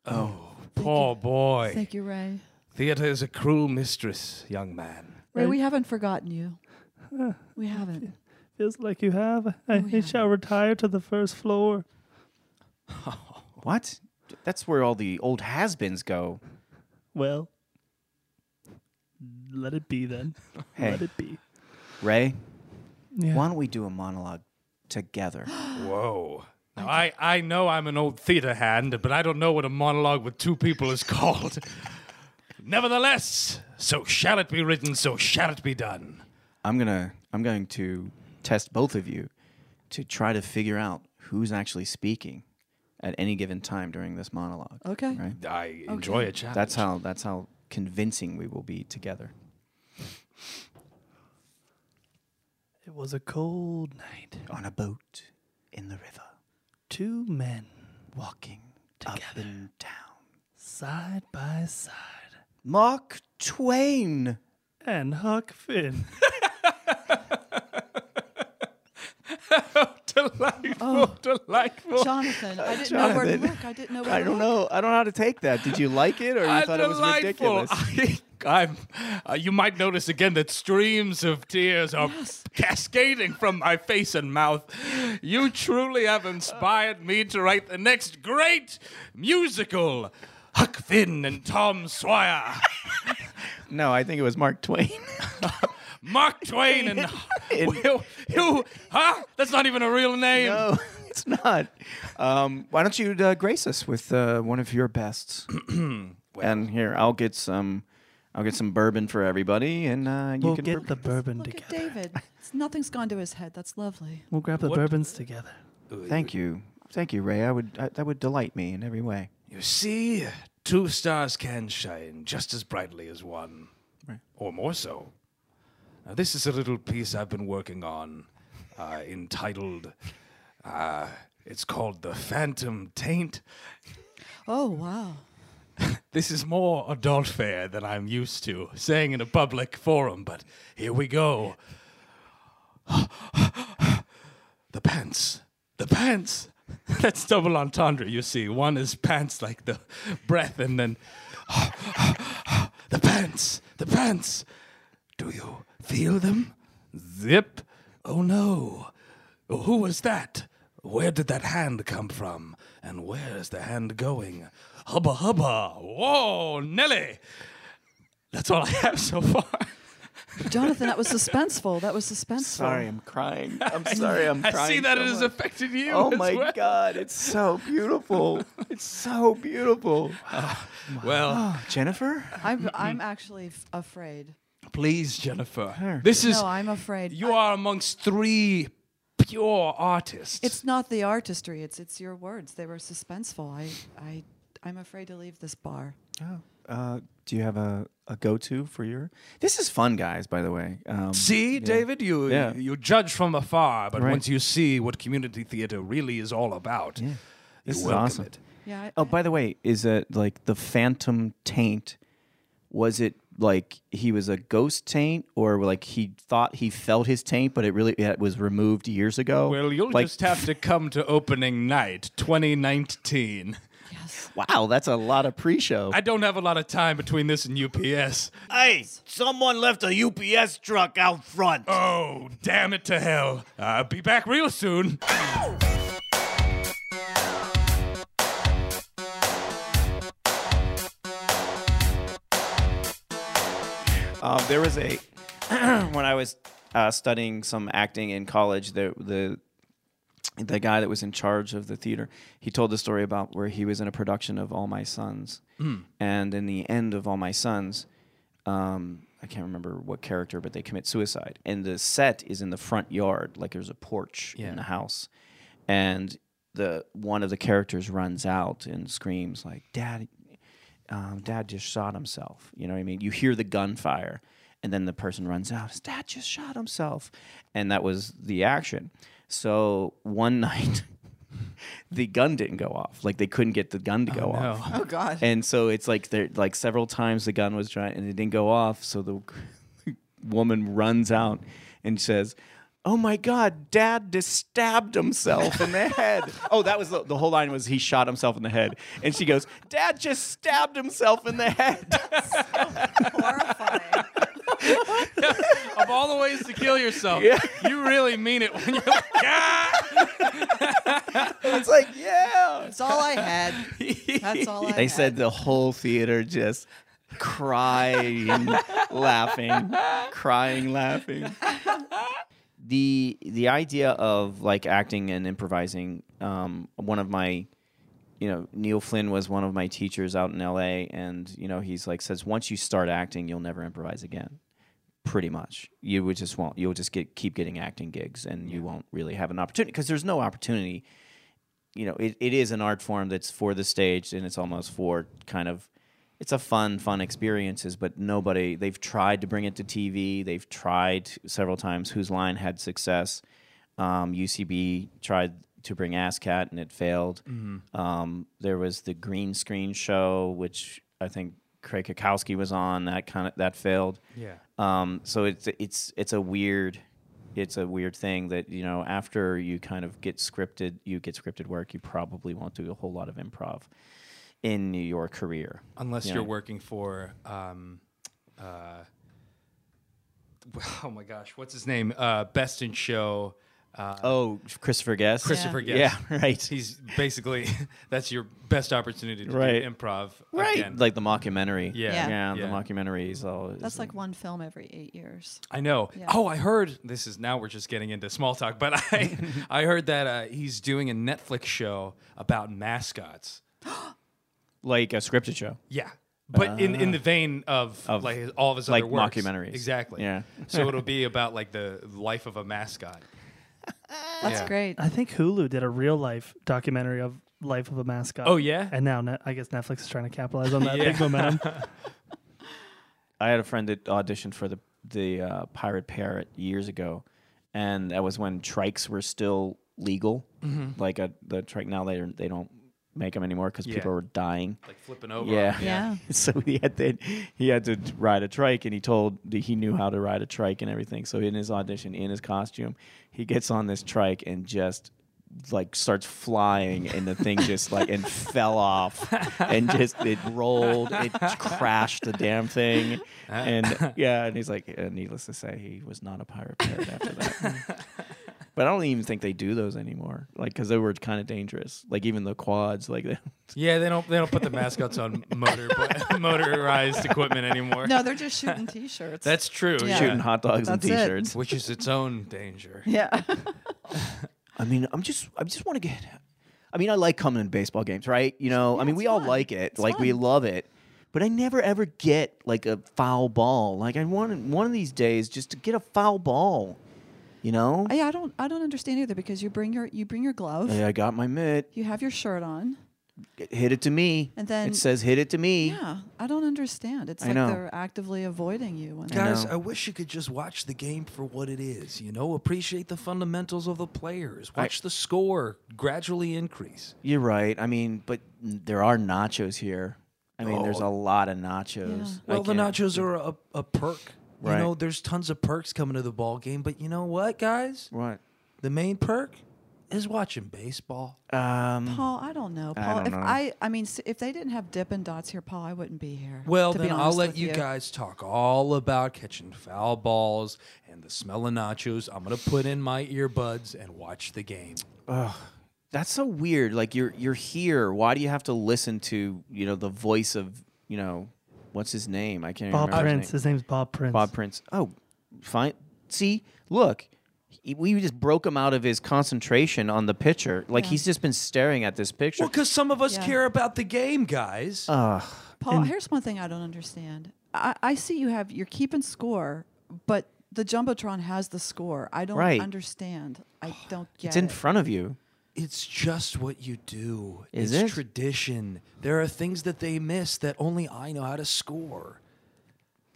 C: Oh, poor boy.
B: Thank you, Ray.
C: Theater is a cruel mistress, young man.
B: Ray,
D: Ray.
B: we haven't forgotten you. We haven't.
D: Feels like you have. I, I shall retire to the first floor.
A: What? That's where all the old has-beens go.
D: Well, let it be then.
A: Hey,
D: Let it be.
A: Ray,
D: Yeah.
A: why don't we do a monologue
D: *gasps*
A: together?
C: Whoa. Now, I, I know I'm an old theater hand, but I don't know what a monologue with two people is *laughs* called. Nevertheless, so shall it be written, so shall it be done.
A: I'm gonna I'm going to test both of you to try to figure out who's actually speaking at any given time during this monologue.
B: Okay.
A: Right.
C: I enjoy a challenge.
A: That's how that's how convincing we will be together.
D: It was a cold night.
A: On a boat in the river,
D: Two men
A: walking up and down.
D: side by side.
A: Mark Twain.
D: And Huck Finn.
C: *laughs* delightful,
B: *laughs*
C: delightful.
B: Jonathan, I didn't know where to
A: Jonathan.
B: look. I didn't know where to
A: I don't
B: look.
A: know. I don't know how to take that. Did you like it
D: *laughs*
A: or you
C: Ah,
A: thought it was ridiculous?
C: *laughs* I, am uh, you might notice again that streams of tears are cascading from my face and mouth. You truly have inspired me to write the next great musical Huck Finn and Tom Sawyer,
A: No, I think it was Mark Twain.
C: Mark Twain and. Who, who- Huh? That's not even a real name.
A: *laughs* *laughs* no, it's not. Um, why don't you uh, grace us with uh, one of your *clears throat* bests? and here, I'll get some. I'll get some bourbon for everybody, and uh, you
D: We'll
A: can.
D: get the bourbon
B: Look at
D: together.
B: David. It's, nothing's gone to his head. That's lovely.
D: We'll grab the
C: What-
D: bourbons together.
A: Thank you, thank you, Ray. I would I, that would delight me in every way.
C: You see, two stars can shine just as brightly as one,
A: Right.
C: or more so. Now, this is a little piece I've been working on uh, entitled, uh, it's called The Phantom Taint.
B: Oh wow.
C: This is more adult fare than I'm used to saying in a public forum, but here we go. the pants. The pants. *laughs* That's double entendre, you see. One is pants like the breath, and then *laughs* the pants. The pants. Do you feel them? Zip. Oh no. Who was that? Where did that hand come from? And where is the hand going? Hubba hubba. Whoa, Nelly. That's all I have so far. *laughs*
B: Jonathan, *laughs* that was suspenseful. That was suspenseful.
A: Sorry, I'm *laughs* crying. I'm sorry, I'm
C: I
A: crying.
C: see that
A: so
C: it has
A: much.
C: affected you.
A: Oh
C: as
A: my
C: well.
A: God! It's so beautiful. *laughs* it's so beautiful.
C: Well,
A: Ah, Jennifer,
B: I'm I'm actually f- afraid.
C: please, Jennifer. This is
B: No, I'm afraid.
C: you are amongst three pure artists.
B: It's not the artistry. It's it's your words. They were suspenseful. I I I'm afraid to leave this bar.
A: uh, do you have a, a go to for your? This is fun, guys. By the way, um,
C: See, David, you,
A: Yeah.
C: you judge from afar, but
A: Right.
C: once you see what community theater really is all about, you
A: this is
C: welcome
A: awesome.
C: it.
B: Yeah. I,
A: Oh, by the way, is it like the phantom taint? Was it like he was a ghost taint, or like he thought he felt his taint, but it really it was removed years ago?
C: Well, you'll
A: like,
C: just have to come to opening night *laughs* 2019.
B: yes.
A: Wow, that's a lot of pre-show.
C: I don't have a lot of time between this and UPS.
F: Hey, someone left a UPS truck out front.
C: Oh, damn it to hell. Uh, be back real soon. *laughs*
A: Um, there was a *clears throat* when I was uh, studying some acting in college. The the the guy that was in charge of the theater, he told the story about where he was in a production of All My Sons,
C: Hmm.
A: and in the end of All My Sons, um, I can't remember what character, but they commit suicide, and the set is in the front yard, like there's a porch in the house, and the one of the characters runs out and screams like, "Dad, um, Dad just shot himself." You know what I mean? You hear the gunfire, and then the person runs out. "His Dad just shot himself, and that was the action. So one *laughs* night, the gun didn't go off. Like they couldn't get the gun to go off. *laughs*
B: Oh God.
A: And so it's like there, like several times the gun was trying and it didn't go off. So the *laughs* woman runs out and says, "Oh my God, Dad just stabbed himself in the head." *laughs* oh, that was the, the whole line was he shot himself in the head, and she goes, "Dad just stabbed himself in the head." *laughs*
B: *laughs* Horrifying.
C: of all the ways to kill yourself, you really mean it when you're like,
A: it's like, yeah.
B: That's all I had. That's all I
A: They
B: had.
A: said the whole theater just crying, laughing, crying, laughing. The the idea of like acting and improvising. Um, one of my, you know, Neil Flynn was one of my teachers out in L.A. And you know, he's like says once you start acting, you'll never improvise again. Pretty much, you would just won't. You'll just get keep getting acting gigs, and you won't really have an opportunity because there's no opportunity you know, it, it is an art form that's for the stage and it's almost for kind of it's a fun, fun experiences, but nobody they've tried to bring it to TV. They've tried several times. Whose line had success? Um, UCB tried to bring ASCAT and it failed. Um, there was the green screen show, which I think Craig Kakowski was on. That kind of that failed.
C: yeah.
A: Um, so it's it's it's a weird it's a weird thing that you know after you kind of get scripted you get scripted work you probably won't do a whole lot of improv in your career.
C: unless
A: Yeah.
C: you're working for um, uh, *laughs* oh my gosh, what's his name? Uh, Best in Show, uh,
A: Oh, Christopher Guest.
C: Christopher
A: yeah.
C: Guest.
A: Yeah, *laughs* right.
C: He's basically *laughs* that's your best opportunity to
A: Right.
C: do improv.
A: right.
C: again.
A: Like the mockumentary.
C: Yeah.
A: Yeah,
B: Yeah.
A: the
C: Yeah.
A: mockumentaries all
B: That's like one film every eight years.
C: I know.
B: Yeah.
C: Oh, I heard this is now we're just getting into small talk, but I I heard that uh, he's doing a Netflix show about mascots.
A: like a scripted show.
C: Yeah. But in, in the vein of, like his- all of his
A: like
C: other works.
A: mockumentaries.
C: exactly.
A: Yeah.
C: so it'll be about like the life of a mascot.
B: That's
D: *laughs*
C: Yeah.
B: great.
D: I think Hulu did a real life documentary of Life of a Mascot.
C: *laughs* Oh, yeah?
D: And now Net- I guess Netflix is trying to capitalize
C: *laughs*
D: on that
C: Yeah.
D: big momentum.
A: I had a friend that auditioned for the the uh, Pirate Parrot years ago, and that was when trikes were still legal. Like a, the trike now they they don't make them anymore because
C: Yeah.
A: people were dying.
C: Like flipping over.
A: Yeah.
C: on-
B: Yeah.
A: *laughs* So he had to he had to ride a trike, and he told that he knew how to ride a trike and everything. So in his audition, in his costume, he gets on this trike and just like starts flying, and the thing just like and fell off, and just it rolled, it crashed the damn thing, and yeah, and he's like, uh, needless to say, he was not a pirate parrot after that. But I don't even think they do those anymore, like because they were kind of dangerous. Like even the quads, like *laughs* they,
C: Yeah, they don't they don't put the mascots
A: *laughs*
C: on motor *laughs* motorized equipment anymore.
B: No, they're just shooting T-shirts.
C: That's true.
B: Yeah.
A: shooting hot dogs and
B: That's it.
A: t-shirts.
C: Which is its own danger.
B: yeah.
A: I mean, I'm just, I just want to get. I mean, I like coming to baseball games, right? You know, I mean,
B: it's
A: we all
B: fun.
A: like it,
B: It's
A: like we
B: fun.
A: love it, but I never ever get like a foul ball. Like I want one of these days just to get a foul ball, you know?
B: I, I don't. I don't understand either because you bring your you bring your glove.
A: Hey, I got my mitt.
B: You have your shirt on.
A: Hit it to me.
B: And then-
A: it says, "Hit it to me."
B: Yeah, I don't understand. It's
A: I
B: like
A: know.
B: they're actively avoiding you. When
A: Yeah.
B: they're
A: Guys, know. I
C: wish you could just watch the game for what it is. You know, appreciate the fundamentals of the players. Watch the score gradually increase.
A: You're right. I mean, but n- there are nachos here. I mean, there's a lot of nachos. Oh. I
E: Well, the
A: can't-
E: nachos are a, a perk.
A: Right.
E: You know, there's tons of perks coming to the ball game, but you know what, guys?
A: What?
E: The main perk is watching baseball.
A: Um,
B: Paul, I don't know. Paul,
A: don't
B: if
A: know.
B: I, I mean, s- if they didn't have Dippin' Dots here, Paul, I wouldn't be here.
E: Well,
B: to be
E: then I'll
B: honest
E: let
B: with
E: you guys talk all about catching foul balls and the smell of nachos. I'm going to put in my earbuds and watch the game.
A: that's so weird like you're you're here why do you have to listen to you know the voice of you know what's his name i can't even
D: Bob
A: remember
D: Prince.
A: his name.
D: His name's Bob Prince.
A: bob prince oh fine see look he- we just broke him out of his concentration on the picture like he's just been staring at this picture
E: Well, because some of us
B: Yeah.
E: care about the game, guys.
A: Uh.
B: Paul, here's one thing I don't understand. I, I see you have you're keeping score, but the jumbotron has the score. I don't
A: Right. *sighs*
B: understand. I don't get
A: it's in
B: it.
A: front of you
C: It's just what you do.
A: Is
C: it's
A: it?
C: tradition. There are things that they miss that only I know how to score.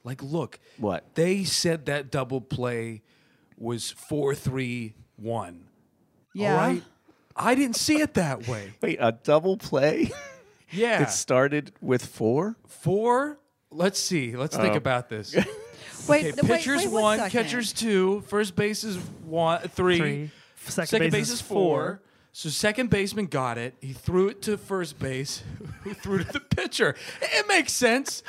C: Like, look,
A: What?
C: they said that double play was four three one.
B: Yeah.
C: All right, I didn't see it
A: *laughs*
C: that way.
A: Wait, a double play? *laughs*
C: Yeah,
A: It started with four?
C: four. Let's see. Let's think about this.
B: Wait,
C: Okay,
B: th- wait,
C: pitchers
B: wait one
C: one,
B: second.
C: catchers two, first base is one, three,
D: Three. Second
C: second
D: base is four.
C: So second baseman got it. He threw it to first base, *laughs* who threw to the pitcher. It makes sense.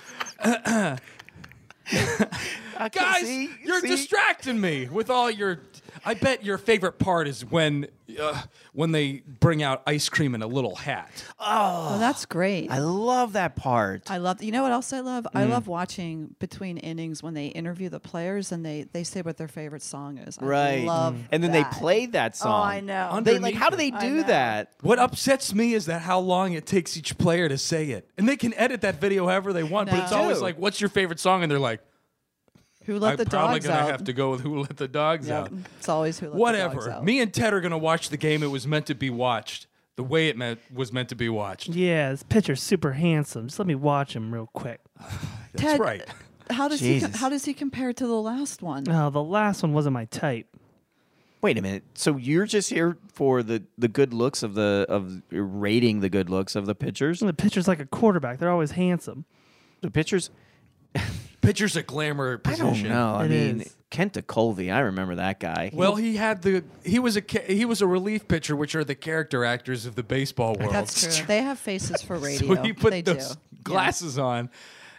C: Guys,
A: see,
C: you're
A: see?
C: distracting me with all your. I bet your favorite part is when, uh, when they bring out ice cream in a little hat.
B: Oh, that's great.
A: I Hmm. love that part.
B: I love you know what else I love? I love watching between innings when they interview the players and they they say what their favorite song is. I
A: right. Mm.
B: love
A: and then
B: that. Oh,
A: they played that song.
B: I know.
A: They, like, how do they
C: Underneath
A: do that?
C: What upsets me is that how long it takes each player to say it. And they can edit that video however they want, but
B: No.
C: it's
B: They
C: always
A: do.
C: like, what's your favorite song? And they're like,
B: Who let
C: I'm
B: the
C: probably
B: dogs
C: going to
B: out?
C: have to go with Who Let the Dogs
B: Yep.
C: Out.
B: It's always who let the dogs
C: Whatever.
B: out.
C: Me and Ted are going to watch the game it was meant to be watched, the way it meant, was meant to be watched.
D: Yeah, this pitcher's super handsome. Just let me watch him real quick.
B: Ted,
C: That's right.
B: How does he co-
A: Jesus.
B: how does he compare to the last one?
D: Oh, the last one wasn't my type.
A: Wait a minute. So you're just here for the, the good looks of the of rating the good looks of the pitchers?
D: The pitcher's like a quarterback. They're
A: *laughs*
D: always handsome.
A: The pitchers?
C: Pitcher's a glamour position.
A: I don't know. I
D: It
A: mean,
D: is.
A: Kent DeColvey, I remember that guy.
C: Well, he had the he was a ca- he was a relief pitcher, which are the character actors of the baseball world.
B: That's true. They have faces for radio.
C: *laughs* So he put
B: they
C: those
B: do.
C: glasses on,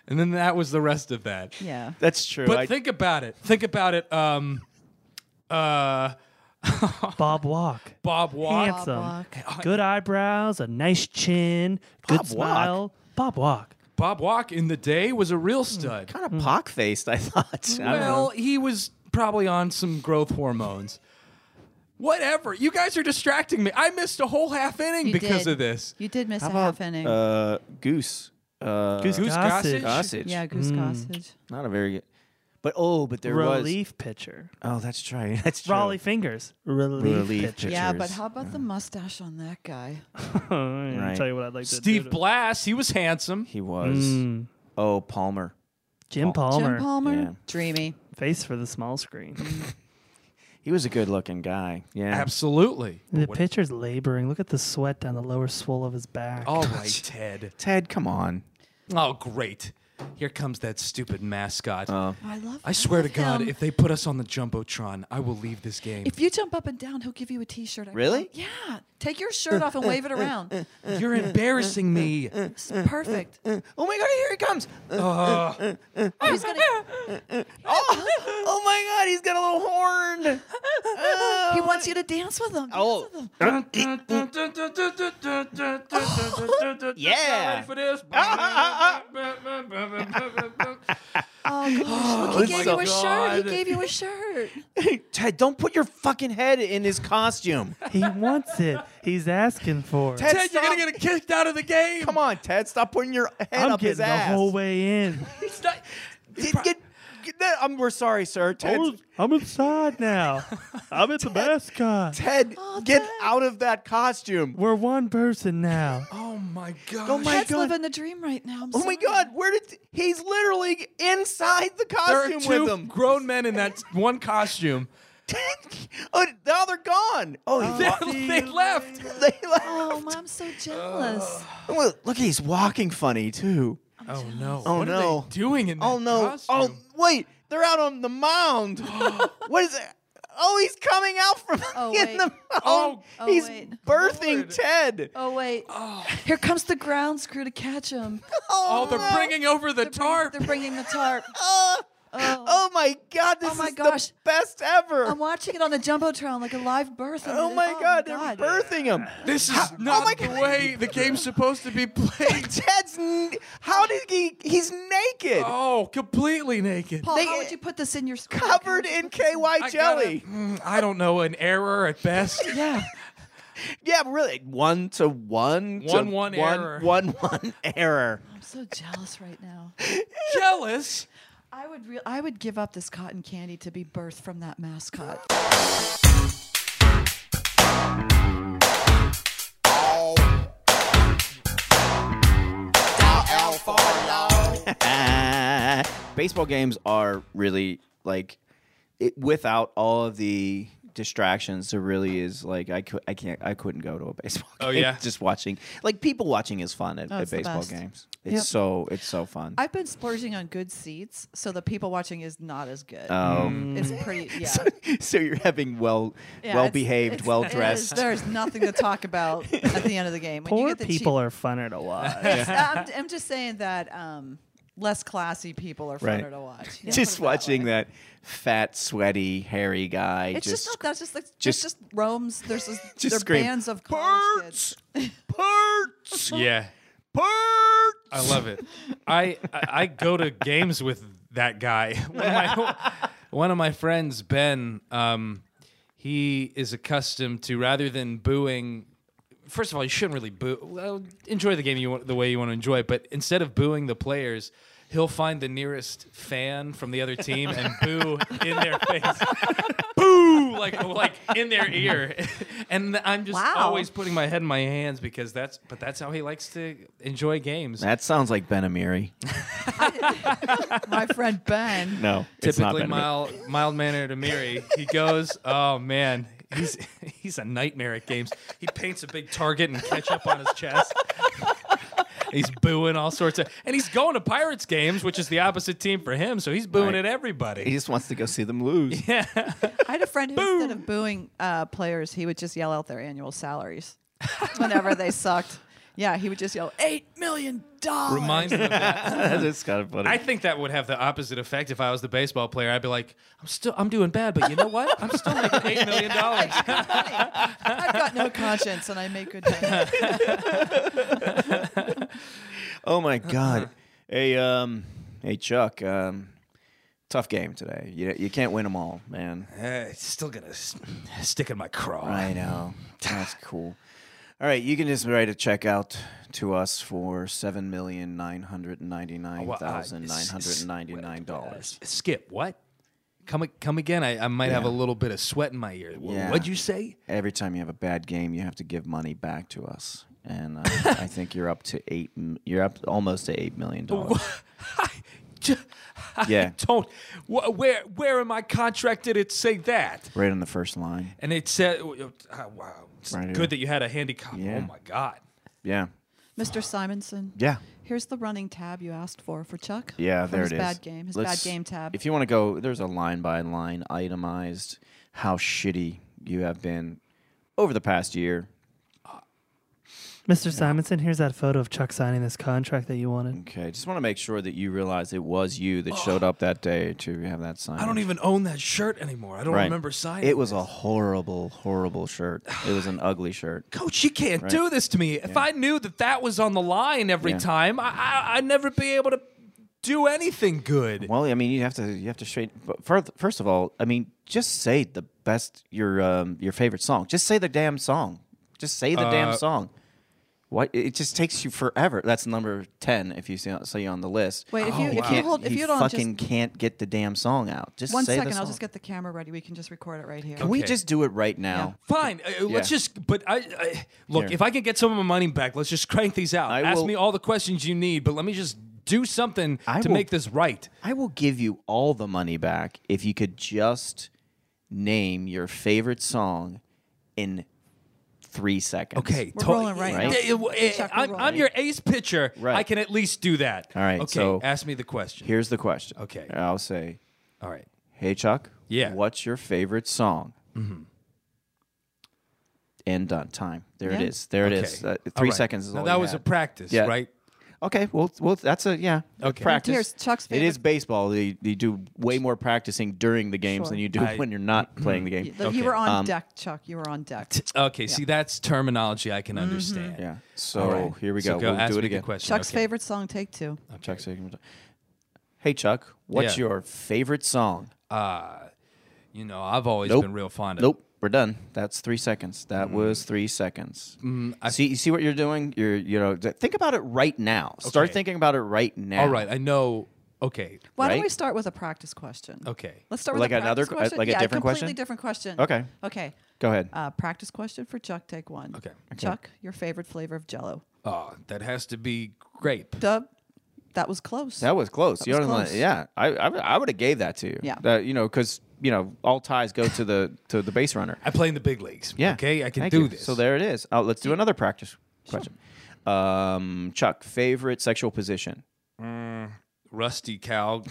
C: and then that was the rest of that. *laughs*
B: Yeah.
A: that's true.
C: But
A: I-
C: think about it. Think about it. Um, uh,
D: Bob Walk.
C: Bob Watt.
D: handsome.
A: *laughs*
B: Walk.
D: Good eyebrows, a nice chin, good
A: Bob Walk?
D: smile. Bob Walk.
C: Bob Walk in the day was a real stud.
A: kind of pock faced, I thought. I don't know.
C: Well, he was probably on some growth hormones. Whatever. You guys are distracting me. I missed a whole half inning
B: You
C: because
B: did.
C: of this.
B: You did miss a
A: about,
B: half inning.
A: Uh, Goose. Uh,
D: Goose
C: Goose
D: Gossage.
C: Gossage?
A: Gossage.
B: yeah, Goose
C: Hmm.
B: Gossage.
A: Not a very good. But oh, but there was.
D: Relief pitcher.
A: Oh, that's right. *laughs* That's true.
D: Raleigh fingers. Relief,
A: Relief
D: pitcher. *laughs*
A: pitcher.
B: Yeah, but
A: Pictures.
B: how about the mustache on that guy?
D: Oh, yeah, I'll
A: Right.
D: tell you what I'd like to do.
C: Steve
D: to-
C: Blass, he was handsome.
A: He was.
D: Mm.
A: Oh, Palmer.
D: Jim Palmer.
B: Jim Palmer,
A: Yeah.
B: dreamy.
D: Face for the
A: *laughs*
D: small screen.
A: He was a good looking guy. Yeah.
C: Absolutely.
D: the pitcher's laboring. Look at the sweat down the lower swole of his back.
C: All
A: Oh.
C: right, Ted.
A: Ted, come on.
C: Oh, great. Here comes that stupid mascot.
A: Oh.
B: I love.
C: I swear to
B: love
C: God,
B: Oh. him.
C: if they put us on the Jumbotron, I will leave this game.
B: If you jump up and down, he'll give you a T-shirt. I
A: Really?
B: promise. Yeah. Take your shirt off and wave
A: *laughs*
B: it around.
C: You're embarrassing me.
B: It's perfect.
A: Oh my God! Here he comes.
B: He's gonna,
A: Oh, *laughs* oh my God! He's got a little horn.
B: he wants you to dance with him.
A: Oh.
B: Dance with him.
C: *laughs*
A: Yeah. *laughs*
C: for this.
B: Oh gosh! Look, he
A: my
B: gave you a shirt.
C: God.
B: He gave you a shirt.
A: Ted, don't put your fucking head in his costume.
D: He wants it. He's asking for it.
A: Ted,
C: Ted, you're
A: stop-
C: gonna get kicked out of the game.
A: Come on, Ted! Stop putting your head
D: I'm
A: up
D: getting
A: his
D: the
A: ass.
D: whole way in.
C: It's not-
A: Get- get- get that- I'm- we're sorry, sir. Ted,
D: Oh, I'm inside now. I'm at the mascot.
A: Ted,
B: Oh,
A: get
B: Ted.
A: out of that costume.
D: We're one person now.
C: Oh my god.
A: Oh my
B: Ted's
A: god.
B: living the dream right now. I'm
A: Oh my
B: sorry.
A: god, where did he's literally inside the
C: There are
A: costume
C: two
A: with them.
C: grown men in that one costume.
A: *laughs* oh, now they're gone. Oh, he
C: They're-
A: wa-
C: they left.
A: they left.
B: Oh, Mom, I'm so jealous.
A: Well, Look, he's walking funny too.
C: Oh no.
A: Oh,
C: what
A: no.
C: Are they doing in that
A: Oh no. Oh
C: costume?
A: wait, they're out on the
C: *gasps*
A: mound. what is that? Oh, he's coming out from
B: Oh,
A: *laughs* in
B: wait.
A: the mound.
C: Oh,
B: oh,
A: he's
B: wait.
A: birthing
C: Lord.
A: Ted.
B: Oh wait! Here comes the ground crew to
A: *laughs*
B: catch him.
C: Oh, they're
A: no.
C: bringing over the
B: They're bring-
C: tarp.
B: they're bringing the
A: *laughs*
B: tarp.
A: Oh,
B: Oh.
A: oh my god, this
B: Oh my
A: is
B: gosh.
A: the best ever.
B: I'm watching it on the jumbotron like a live birth. I'm
A: oh
B: like,
A: my god, they're birthing
C: *laughs*
A: him. *laughs*
C: This is not
A: my
C: the
A: God.
C: way the game's supposed to be played.
A: Ted's n- how did he he's naked.
C: Oh, completely naked.
B: Paul,
A: They-
B: how would you put this in your script?
A: Covered
B: *laughs*
A: in KY
C: I
A: jelly.
C: gotta- mm, I don't know, an error at *laughs* best.
B: Yeah.
A: Yeah, really. One to one. to
C: One, one error.
A: One one *laughs* error.
B: I'm so jealous right now.
C: Jealous.
B: I would re- I would give up this cotton candy to be birthed from that mascot.
A: Ah. baseball games are really like it, without all of the distractions there really is like I, cou- I can't i couldn't go to a baseball *laughs* game
C: Oh, yeah?
A: just watching like people watching is fun at,
B: Oh,
A: at
B: it's the
A: baseball
B: best.
A: games it's
B: Yep.
A: so it's so fun
B: I've been splurging on good seats, so the people watching is not as good.
A: um,
B: it's
A: *laughs*
B: pretty, yeah.
A: so,
C: Mm.
A: so you're having well
B: Yeah,
A: well
B: it's-
A: behaved
B: it's-
A: well
B: it is-
A: dressed
B: There's nothing to talk about at the end of the game. When
D: Poor
B: you get the
D: people
B: cheap,
D: are funner to watch.
B: Uh, I'm, I'm just saying that um, less classy people are
A: Right.
B: funner
A: *laughs*
B: to watch.
A: *laughs*
B: Yeah,
A: just
B: put it
A: watching
B: way.
A: that fat sweaty hairy guy
B: It's just,
A: just
B: not. That's just like
A: just-
B: just, just Rome's. There's just,
A: *laughs* Just
B: they're
A: scream,
B: bands of college kids.
A: Perts!
C: Yeah.
A: Perts!
C: I love it. I, I I go to games with that guy. *laughs* One of my one of my friends, Ben, um, he is accustomed to rather than booing. First of all, you shouldn't really boo. Well, enjoy the game you want, the way you want to enjoy it. But instead of booing the players, he'll find the nearest fan from the other team and boo in their face. boo, like like in their ear. *laughs* and I'm just
B: Wow.
C: always putting my head in my hands because that's but that's how he likes to enjoy games.
A: That sounds like Ben Amiri.
B: My friend Ben.
A: No,
C: typically mild mild mannered Amiri. He goes, oh man, he's he's a nightmare at games. He paints a big target and ketchup on his chest. *laughs* He's booing all sorts of, and he's going to Pirates games, which is the opposite team for him. So he's booing
A: Right.
C: at
A: He
C: everybody.
A: just wants to go see them lose. *laughs*
B: I had a friend who instead of booing uh, players, he would just yell out their annual salaries whenever
A: *laughs*
B: they sucked. Yeah, he would just yell eight million dollars.
C: Reminds him of that.
A: That's kind of funny.
C: I think that would have the opposite effect if I was the baseball player. I'd be like, I'm still, I'm doing bad, but you know what? I'm still making eight million
A: *laughs*
C: dollars. *laughs*
B: I've got no conscience and I make good money.
A: *laughs* oh my *laughs* god. hey, um, hey Chuck. Um, tough game today. You you can't win them all, man.
C: it's still gonna s- stick in my craw.
A: I *laughs* know. That's cool. All right, you can just write a check out to us for seven million nine hundred ninety nine thousand nine hundred ninety nine dollars.
C: S- Skip what? Come a- come again? I, I might have a little bit of sweat in my ear. Wh-
A: Yeah.
C: What'd
A: *laughs*
C: you say?
A: Every time you have a bad game, you have to give money back to us, and *laughs* uh, I think you're up to eight. m- You're up almost to eight million dollars.
C: J- I
A: Yeah.
C: Don't. Wh- where where in my contract did it say that?
A: Right on the first line.
C: And it said, oh, wow. It's
A: Right here.
C: good that you had a handicap.
A: Yeah.
C: Oh my God.
A: Yeah.
B: Mr. Simonson.
A: Yeah.
B: Here's the running tab you asked for for Chuck.
A: Yeah,
B: from
A: there
B: his
A: it is.
B: Bad game. His
A: Let's-
B: bad game tab.
A: If you want to go, there's a line by line itemized how shitty you have been over the past year.
D: Mr. Simonson, here's that photo of Chuck signing this contract that you wanted.
A: Okay. Just want to make sure that you realize it was you that showed up that day to have that sign.
E: I don't even own that shirt anymore. I don't remember signing.
A: It was a horrible, horrible shirt. It was
E: *sighs*
A: an ugly shirt.
E: Coach, you can't do this to me. If I knew that that was on the line every
A: Yeah.
E: time, I, I, I'd never be able to do anything good.
A: Well, I mean, you have to, you have to straight. But first, first of all, I mean, just say the best your um, your favorite song. Just say the damn song. Just say the
E: Uh,
A: damn song. Why it just takes you forever. That's number ten. If you see see on the list.
B: Wait, if you
A: He
B: if you
A: can't-
B: hold if
A: he
B: you don't just
A: fucking can't get the damn song out. Just
B: one
A: say the
B: second, I'll
A: song.
B: just get the camera ready. We can just record it right here.
A: Can we just do it right now?
E: Fine. Uh, Let's
A: Yeah.
E: just, but I, I look,
A: Here.
E: if I can get some of my money back, let's just crank these out.
A: I
E: Ask
A: will-
E: me all the questions you need, but let me just do something
A: I
E: to
A: will-
E: make this right.
A: I will give you all the money back if you could just name your favorite song in three seconds.
E: Okay.
B: We're
E: to-
B: rolling right
A: Right?
B: now.
E: Yeah, yeah,
B: Chuck, we're
E: I'm, I'm
B: rolling.
E: your ace pitcher.
A: Right.
E: I can at least do that.
A: All right,
E: Okay.
A: so-
E: ask me the question.
A: Here's the question.
E: Okay.
A: I'll say,
E: All right.
A: "Hey Chuck,
E: Yeah.
A: what's your favorite song?" Mm-hmm. And done. Time. There it
B: Yeah.
A: is. There it
E: Okay.
A: is. Uh,
E: All
A: three
E: right.
A: seconds is
E: Now
A: all.
E: that
A: you
E: was
A: had.
E: a practice,
A: Yeah.
E: right?
A: Okay, well, well, that's a yeah. Okay. Practice.
B: Here's Chuck's
A: It is
B: favorite-
A: baseball. They, they do way more practicing during the games than
B: Sure.
A: you do when you're
E: *clears throat*
A: not playing the game.
B: You- You were on
A: um,
B: deck, Chuck. You were on deck.
E: Okay. See, that's terminology I can
B: Mm-hmm.
E: understand.
A: Yeah. So here we go.
E: So go
A: we'll
E: ask
A: do it
E: me
A: again.
E: the question.
B: Chuck's
E: okay.
B: favorite song, take two.
A: Chuck Sagan. Hey Chuck, what's
E: Yeah.
A: your favorite song?
E: You know, I've always
A: Nope.
E: been real fond of.
A: Nope, we're done. That's three seconds.
E: Hmm.
A: That was three seconds.
E: Mm,
A: see, you see what you're doing? You're, you know, th- think about it right now. Start
E: Okay.
A: thinking about it right now.
E: All right, I know. Okay,
B: Why
A: Right?
B: don't we start with a practice question?
E: okay.
B: Let's start
A: Like
B: with a
A: another- uh,
B: practice question.
A: like a
B: yeah,
A: different
B: completely
A: question?
B: different question.
A: Okay.
B: Okay.
A: Go ahead.
B: Uh, practice question for Chuck. Take one.
E: Okay.
C: Uh,
B: Chuck, your favorite flavor of Jello?
E: Oh, that has to be grape.
B: Dub. That was close.
A: That was close. you
B: was
A: don't wanna-
B: close.
A: yeah. I I, would- I would have gave that to you.
B: Yeah.
A: That- you know because you know all ties go to the to the base runner.
E: I play in the big leagues.
A: Yeah.
E: Okay, I can
A: Thank
E: do
A: you.
E: this.
A: So there it is. Oh, let's do another practice question. Um, Chuck, favorite sexual position, *laughs*
C: Rusty cow.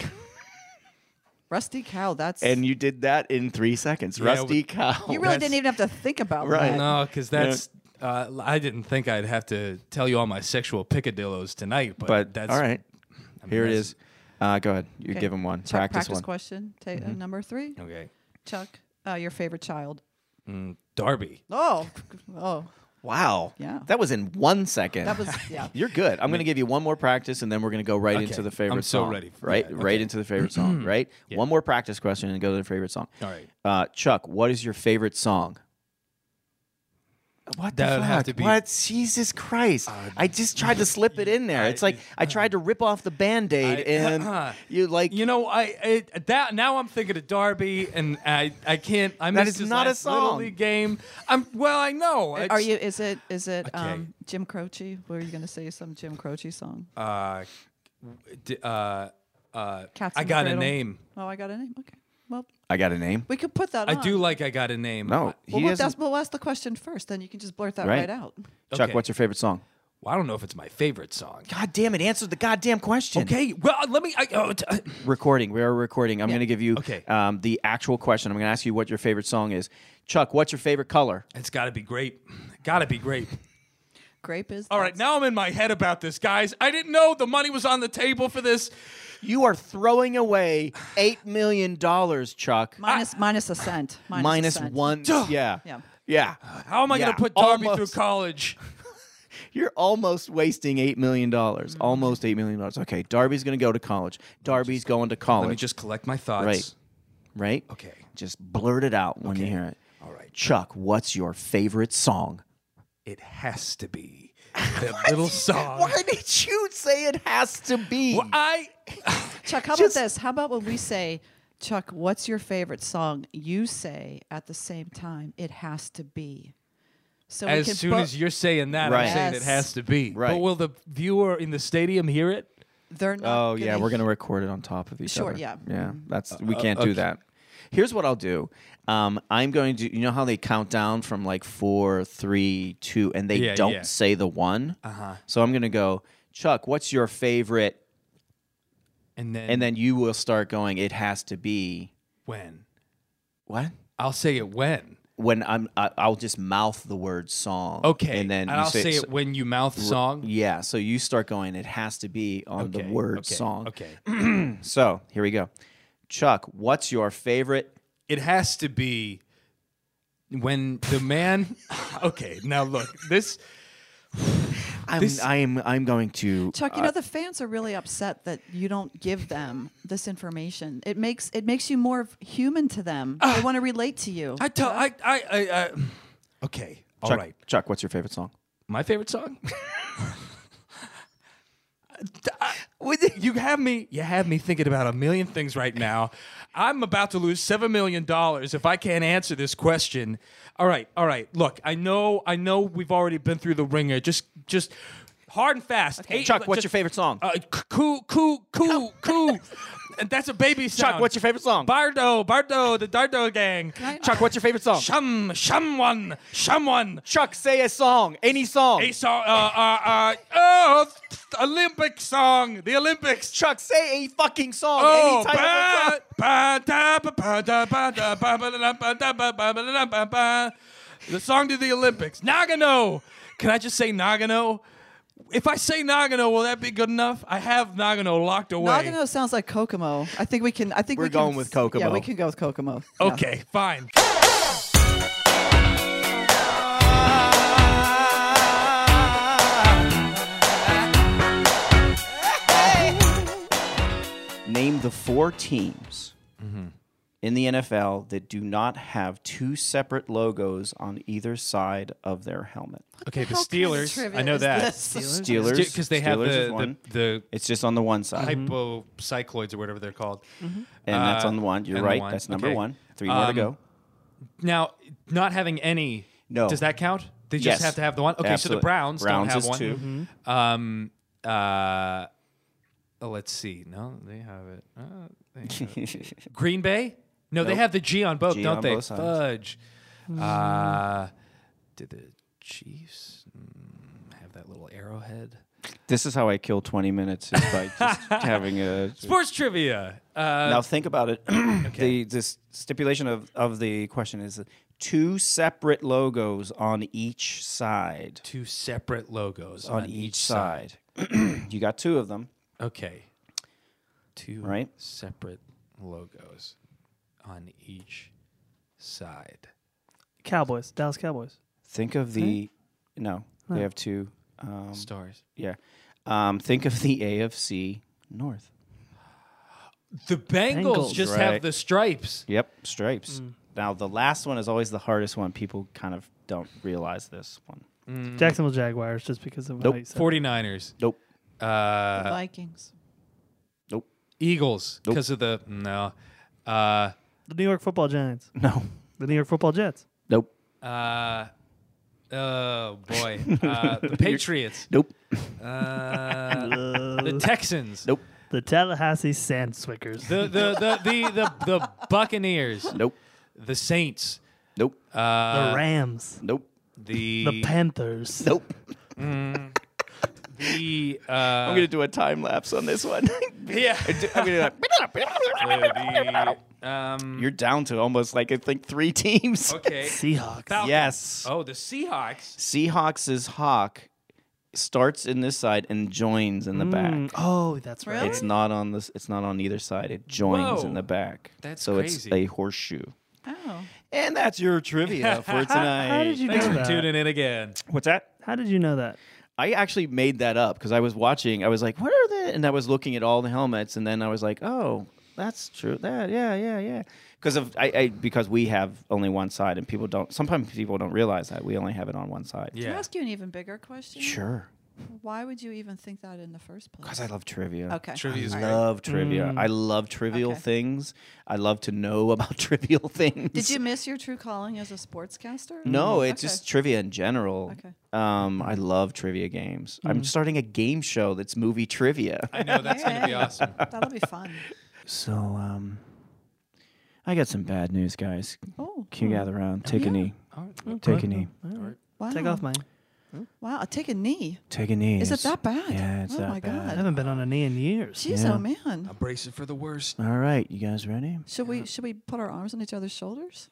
B: Rusty cow. That's
A: and you did that in three seconds. Rusty cow.
B: you really didn't even have to think about
A: Right.
B: that.
C: No, because that's. Uh, I didn't think I'd have to tell you all my sexual picadillos tonight, but,
A: But
C: that's
A: all right. Here it
C: that's-
A: is. Uh, go ahead. You
B: Okay.
A: give him one.
B: Chuck,
A: practice, one. Mm-hmm.
B: question. Ta- uh, number three.
C: Okay,
B: Chuck, uh, your favorite child.
C: Darby.
B: Oh, *laughs* oh,
A: Wow.
B: Yeah.
A: That was in one second.
B: that was yeah.
A: *laughs* You're good. I'm going to give you one more practice, and then we're going to go right into the favorite
C: I'm so
A: song.
C: ready for
A: Right,
C: that.
A: right into the favorite
C: *clears throat*
A: song. Right. One more practice question, and go to the favorite song.
C: All right.
A: Uh, Chuck, what is your favorite song? What
C: That would
A: the
C: have
A: fuck?
C: to be- Uh,
A: what? Jesus Christ! I just tried to slip it in there. it's like I tried to rip off the band-aid,
C: I- uh,
A: and you like
C: You know, I, I that now I'm thinking of Darby, and I I can't. I
A: That
C: missed
A: is
C: his
A: not a
C: last Little
A: song.
C: League game. I'm well. I know.
B: Are
C: It's-
B: you? Is it? Is it?
C: Okay.
B: Um, Jim Croce. Were you going to say some Jim Croce song?
C: Uh, d- uh, uh,
B: Cats
C: I
B: in the
C: got a
B: Cradle?
C: name.
B: Oh, I got a name. Okay. Well,
A: I got a name.
B: we could put that.
C: I
B: on.
C: do like I got a name.
A: No, he
B: Well, we'll,
A: doesn't-
B: that's, we'll ask the question first. Then you can just blurt that
A: Right.
B: right, out.
A: Chuck,
C: Okay.
A: what's your favorite song?
C: Well, I don't know if it's my favorite song.
A: God damn it! Answer the goddamn question.
C: Okay. Well, let me. I, oh, t-
A: Recording. We are recording. I'm going to give you
C: Okay.
A: um, the actual question. I'm going to ask you what your favorite song is. Chuck, what's your favorite color?
C: it's got to be great. Got to be great.
B: Grape is.
C: All right. Now I'm in my head about this, guys. I didn't know the money was on the table for this.
A: You are throwing away eight million dollars, Chuck.
B: Minus minus a cent. Minus, a
A: Minus
B: cent.
A: one. Yeah.
B: Yeah.
A: Yeah.
C: How am I
A: Yeah,
C: going to put Darby through
A: almost.
C: college?
A: You're almost wasting eight million dollars.
C: Mm-hmm.
A: Almost eight million dollars. Okay. Darby's gonna go to college. Darby's going to college.
C: Let me just collect my thoughts.
A: Right. right?
C: Okay.
A: Just blurt it out when you hear it.
C: All right.
A: Chuck, what's your favorite song?
C: It has
A: *laughs*
C: to be the little song.
A: Why did you say it has to be?
C: Well, I
B: Chuck, how
A: Just-
B: about this? How about when we say, Chuck, what's your favorite song? You say at the same time, it has to be. So we can
C: as soon
B: bo-
C: as you're saying that,
A: Right.
C: I'm saying
B: Yes.
C: it has to be.
A: Right.
C: But will the viewer in the stadium hear it?
B: they're not.
A: Oh yeah,
B: gonna
A: we're gonna record it on top of each
B: Um, Sure,
A: other.
B: yeah. Mm-hmm.
A: yeah.
C: Uh,
A: That's we can't do that. Here's what I'll do. Um, I'm going to. You know how they count down from like four, three, two, and they
C: Yeah,
A: don't
C: yeah. Uh-huh.
A: say the one. Uh huh. So I'm gonna go. Chuck, what's your favorite?
C: And then
A: And then you will start going. It has to be
C: when?
A: what?
C: I'll say it when.
A: When I'm, I, I'll just mouth the word song.
C: Okay.
A: And then you
C: I'll say,
A: so-
C: it when you mouth song.
A: Yeah. So you start going. It has to be on
C: Okay,
A: the word
C: okay,
A: song.
C: Okay.
A: So here we go. Chuck, what's your favorite?
C: It has to be when the man *laughs* Okay, now look. This
A: I'm,
C: This-
A: I'm, I'm going to. uh,
B: Chuck, you know the fans are really upset that you don't give them this information. It makes it makes you more of human to them. they want to relate to you.
C: I tell I I I, I Okay. All
A: Chuck,
C: right.
A: Chuck, what's your favorite song?
C: My favorite song? you have me you have me thinking about a million things right now. I'm about to lose 7 million dollars if I can't answer this question. All right, all right. Look, I know I know we've already been through the ringer. Just just hard and fast. Eight-
A: Chuck, what's
C: just-
A: your favorite song?
C: Uh, c- coo coo coo coo. And that's a baby sound.
A: what's your favorite song?
C: Bardo, Bardo, the Dardo gang.
A: Chuck, what's your favorite song?
C: Shum, shum one, shum one.
A: Chuck, say a song, any song.
C: A song, uh, uh, uh, oh, th- Olympic song, the Olympics.
A: Chuck, say a fucking song,
C: Oh,
A: any type of song.
C: ba- ba- da- ba- ba- da- ba- da- ba- ba- da- da- ba- da- ba- ba- ba- da- ba- ba. the song to the Olympics, Nagano. Can I just say Nagano? If I say Nagano, will that be good enough? I have Nagano locked away.
B: Nagano sounds like Kokomo. I think we can. I think
A: We're
B: we can
A: going with
B: s-
A: Kokomo.
B: Yeah, we can go with Kokomo. Yeah.
C: Okay, fine.
A: Name the four teams
C: Mm-hmm.
A: in the NFL that do not have two separate logos on either side of their helmet.
C: Okay,
B: How
C: the
B: kind of
C: Steelers.
B: trivia
C: I know
B: is
C: that.
B: this?
A: Steelers,
C: Because they have
A: Steelers is
C: the,
A: one. Mm-hmm.
C: the, the
A: It's just on the one side,
C: hypocycloids or whatever they're called.
A: and that's
C: uh,
A: on the one. You're
C: and the
A: right.
C: one.
A: That's number
C: Okay.
A: one. Three more to
C: Um,
A: go.
C: Now, not having any.
A: No.
C: Does that count? They just
A: Yes.
C: have to have the one. Okay, so
A: Absolutely.
C: the Browns,
A: Browns
C: don't have
A: is
C: one.
A: two.
C: Um, uh, Oh, let's see. No, they have it. Uh, they have it. Green Bay? No, they have the G on both,
A: G
C: don't
A: on
C: they?
A: both sides.
C: Fudge.
B: Hmm.
C: Uh, did the Chiefs mm, have that little arrowhead?
A: *laughs* This is how I kill 20 minutes is by
C: *laughs*
A: just having a.
C: Sports trivia. Uh,
A: Now think about it. *clears throat* The this stipulation of, of the question is two separate logos on each side.
C: two separate logos
A: On each side. *clears throat* you got two of them,
C: Okay. Two
A: Right.
C: separate logos on each side.
D: Cowboys, Dallas Cowboys.
A: Think of the no, they have two. Um,
C: Stars.
A: yeah, um, think of the AFC North.
C: The Bengals,
D: Bengals,
C: just have
A: right.
C: the stripes.
A: Yep, stripes. Now the last one is always the hardest one. People kind of don't realize this one.
D: Jacksonville Jaguars, just because of
A: Nope.
D: how you said it.
C: 49ers.
A: Nope.
C: Uh,
B: Vikings.
A: Nope.
C: Eagles
A: Nope.
C: because of the no. Uh,
D: The New York Football Giants.
A: No.
D: The New York Football Jets.
A: Nope.
C: uh, oh
A: *laughs*
C: boy, uh, the Patriots,
A: Nope.
C: uh,
D: Uh,
C: the Texans,
A: Nope.
D: the Tallahassee Sandswickers.
C: the, the the the the the Buccaneers,
A: Nope.
C: the Saints,
A: Nope.
C: uh,
D: the Rams.
A: Nope.
C: the
D: The Panthers.
A: Nope.
C: the, uh,
A: I'm gonna do a time lapse on this *laughs* one.
C: yeah,
A: I'm *laughs* gonna do uh,
C: the, the, um,
A: You're down to almost like I think three teams.
C: okay,
D: Seahawks.
A: *laughs*
C: Falcons.
A: Yes.
C: Oh, the Seahawks.
A: Seahawks' hawk starts in this side and joins in the
D: Mm,
A: back.
D: Oh, that's right.
B: Really?
A: It's not on this. It's not on either side. It joins
C: Whoa.
A: in the back.
C: That's
A: so
C: crazy.
A: it's a horseshoe.
B: Oh.
A: And that's your trivia for tonight.
D: How did you
C: Thanks
D: know
C: for
D: that?
C: tuning in again.
A: What's that?
D: How did you know that?
A: I actually made that up because I was watching. I was like, "What are they?" And I was looking at all the helmets, and then I was like, "Oh, that's true. That, yeah, yeah, yeah." Because of I, I because we have only one side, and people don't. Sometimes people don't realize that we only have it on one side.
C: Yeah.
B: Can I ask you an even bigger question?
A: Sure.
B: Why would you even think that in the first place?
A: Because I love trivia.
B: Okay.
C: Trivia is
A: I
C: great.
A: love trivia. I love trivial
B: Okay.
A: things. I love to know *laughs* about trivial things.
B: Did you miss your true calling as a sportscaster? Mm,
A: No, it's
B: Okay.
A: just trivia in general.
B: Okay.
A: Um, I love trivia games. I'm starting a game show that's movie trivia.
C: I know that's gonna be
B: Hey.
C: awesome.
B: That'll be
A: *laughs*
B: fun.
A: So, um, I got some bad news, guys.
B: Oh,
A: Can you gather around? Take a knee. Take a knee.
B: wow.
D: Take off mine.
B: Wow, take a knee.
A: Take a knee.
B: Is it
A: It's-
B: that bad?
A: Yeah, it's
B: oh
A: that
B: my
D: I
A: bad.
B: god.
D: haven't been on a knee in years. *laughs*
B: Jeez,
A: Yeah.
B: oh man.
E: I'm bracing for the worst.
A: All right, you guys ready?
B: Should we should we put our arms on each other's shoulders?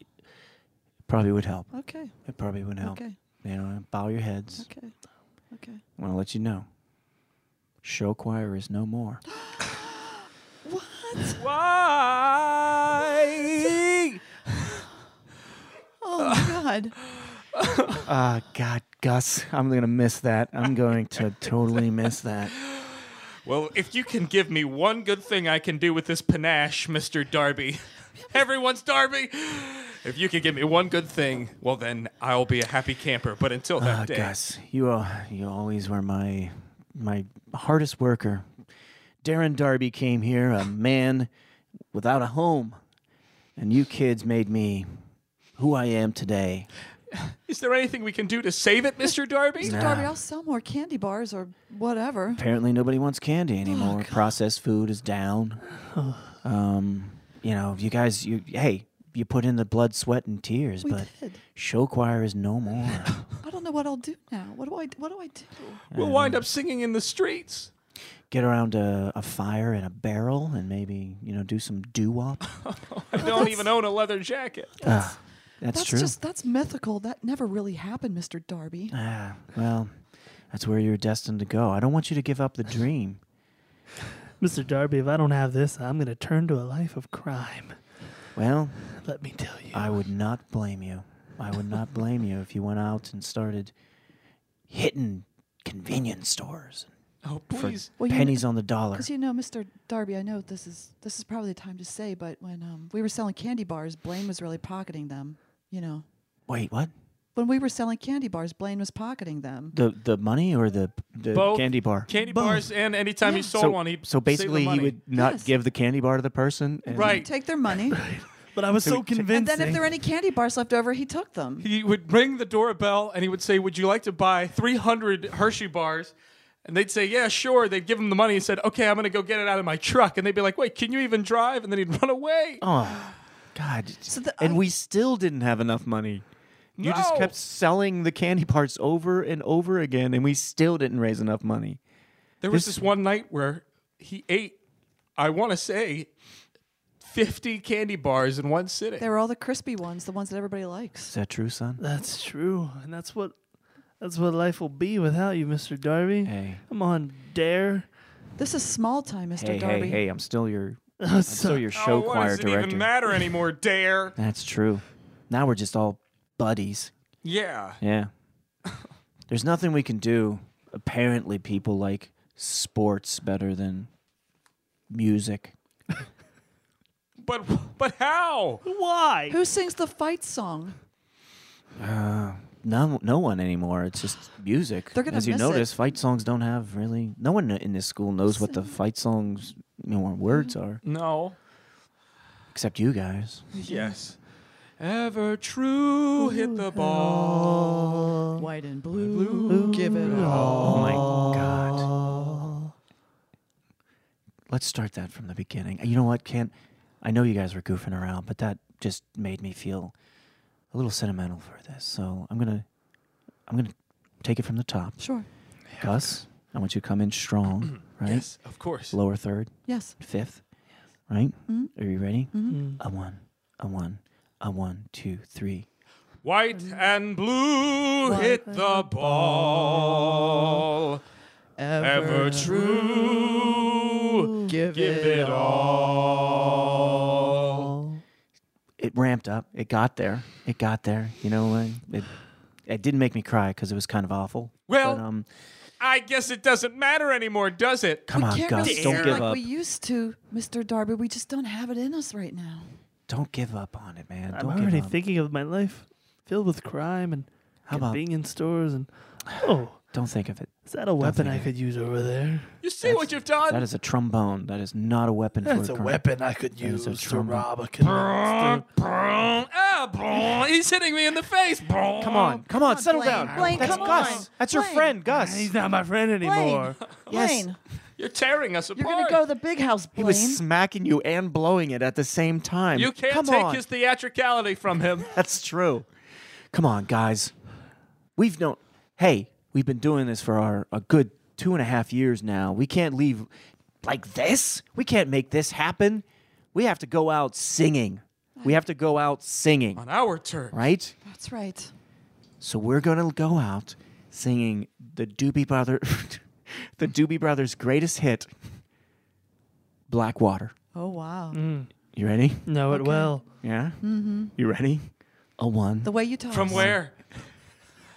A: Probably would help.
B: Okay.
A: It probably would help.
B: Oh, Okay.
A: You know, bow your heads.
B: Okay.
A: *laughs*
B: Okay.
A: I want to let you know. Show choir is no
B: *gasps*
A: more.
C: *laughs* Why?
B: Oh my god.
A: Ah, God, Gus, I'm gonna miss that. I'm going to totally miss that.
C: Well, if you can give me one good thing I can do with this panache, Mr. Darby, everyone's Darby. If you can give me one good thing, well, then I'll be a happy camper. But until that
A: Ah,
C: day,
A: Gus, you all, you always were my my hardest worker. Darren Darby came here, a man without a home, and you kids made me who I am today.
C: is there anything we can do to save it, Mr. Darby?
A: Nah.
B: Darby, I'll sell more candy bars or whatever.
A: Apparently, nobody wants
C: Oh,
A: candy anymore. Processed food is down. um, you know, you guys, you hey, you put in the blood, sweat, and tears,
B: We
A: but
B: did.
A: show choir is no more.
B: I don't know what I'll do now. What do I what do I do?
C: *laughs*
A: Ah,
C: We'll wind up singing in the streets.
A: Um, Get around a, a fire and a barrel, and maybe you know, do some doo
C: *laughs*
A: wop.
C: I don't even own a leather jacket.
A: Ah, that's,
B: That's
A: true.
B: just that's mythical. That never really happened, Mr. Darby.
A: Ah, well, that's where you're destined to go. I don't want you to give up the dream.
D: Mr. Darby, if I don't have this, I'm going to turn to a life of crime. *laughs*
A: Well,
D: Let me tell you.
A: I would not blame you. I would not blame you if you went out and started hitting convenience stores
C: Oh,
A: for
C: please.
B: Well, you kn-
A: pennies on the dollar.
B: Because you know, Mr. Darby, I know this is this is probably the time to say, but when um, we were selling candy bars, Blaine was really pocketing them. You know,
A: Wait, what?
B: when we were selling candy bars, Blaine was pocketing them.
A: The the money or the the
C: Both
A: candy bar?
C: Candy bars, and anytime he
B: Yeah.
C: sold one, he
A: so basically, he would not
B: Yes.
A: give the candy bar to the person. And
C: Right.
B: Take
A: *laughs*
B: their money,
D: But I was so
B: and
D: convinced.
B: then if there were any candy bars left over, he took them.
C: He would ring the doorbell and he would say, "Would you like to buy 300 Hershey bars?" And they'd say, yeah, sure. They'd give him the money and said, okay, I'm going to go get it out of my truck. And they'd be like, wait, can you even drive? And then he'd *laughs* run away.
A: Oh, God.
B: the-
A: and we still didn't have enough money. You just
C: No.
A: kept selling the candy parts over and over again, and we still didn't raise enough money.
C: There was this one night where he ate, I want to say, 50 candy bars in one sitting.
B: They were all the crispy ones, the ones that everybody likes.
A: Is that true, son?
D: That's true, and that's what that's what life will be without you, Mr. Darby.
A: Hey,
D: Come on, dare.
B: This is small time, Mr.
A: hey,
B: Darby.
A: hey, hey! I'm still your,
D: I'm
A: I'm still your show
C: oh, what
A: choir
C: does it
A: director.
C: even matter anymore, dare?
A: That's true. Now we're just all buddies.
C: Yeah.
A: *laughs* Yeah. *laughs* There's nothing we can do. Apparently, people like sports better than music.
C: But but how?
D: Why?
B: Who sings the fight song?
A: No, no one anymore. It's just music.
B: They're gonna
A: As you
B: miss
A: notice,
B: it.
A: fight songs don't have really. No one in this school knows what the fight songs you know, or words
B: Mm-hmm.
A: are,
C: No.
A: except you guys.
C: Yes. Ever true, hit the ball.
B: White and blue, give it all.
A: Oh my god. Let's start that from the beginning. You know what, Kent? I know you guys were goofing around, but that just made me feel a little sentimental for this. So I'm gonna, I'm gonna take it from the top.
B: Sure.
A: Gus, I want you to come in *clears throat* strong, right?
C: Yes, of course.
A: Lower third,
B: Yes.
A: fifth, right? Are you ready?
D: Mm.
A: A one, a one, a one, two, three.
C: White and blue hit the ball. Ever true,
B: give,
C: give it all.
A: it ramped up. It got there. It got there. You know what? It it didn't make me cry because it was kind of awful.
C: Well-
A: but, um,
C: I guess it doesn't matter anymore, does it?
A: come on,
B: Can't
A: Gus,
B: really
A: don't
B: sing
A: give
B: like
A: up.
B: we used to, Mr. Darby. We just don't have it in us right now.
A: Don't give up on it, man.
D: I'm
A: Don't
D: already
A: give up.
D: thinking of my life filled with crime and
A: How about-
D: being in stores and oh,
A: don't think of it.
D: is that a weapon I
A: think-
D: could use over there?
C: You see what you've done?
A: That is a trombone. That is not a weapon.
D: That's
A: for
D: a
A: crime.
D: weapon I could
A: is
D: use
A: a
D: to
A: trombone.
D: rob a convenience store.
C: Ah, brrrr, he's hitting me in the face. brrrr.
A: Come on, come on, settle
B: Oh, Blaine.
A: down.
B: Blaine,
A: That's
B: come
A: Gus.
B: on.
A: That's your
B: Blaine.
A: friend, Gus.
D: He's not my friend
B: *laughs*
D: anymore.
A: Yes.
B: Blaine,
C: You're tearing us
B: you're
C: apart.
B: going to go to the big house,
A: he
B: Blaine.
A: was smacking you and blowing it at the same time.
C: you can't
A: come
C: take
A: on.
C: his theatricality from him.
A: That's true. Come on, guys. We've known. Hey, we've been doing this for our a good two and a half years now. We can't leave like this. We can't make this happen. We have to go out singing. We have to go out singing,
C: On our turn.
A: right?
B: That's right.
A: So we're gonna go out singing the Doobie Brother, *laughs* the Doobie Brothers' greatest hit, "Blackwater."
B: Oh, wow.
A: Mm. You ready?
D: Know it well.
A: Yeah. Mm-hmm. You ready? A one.
B: The way you toss.
C: From where?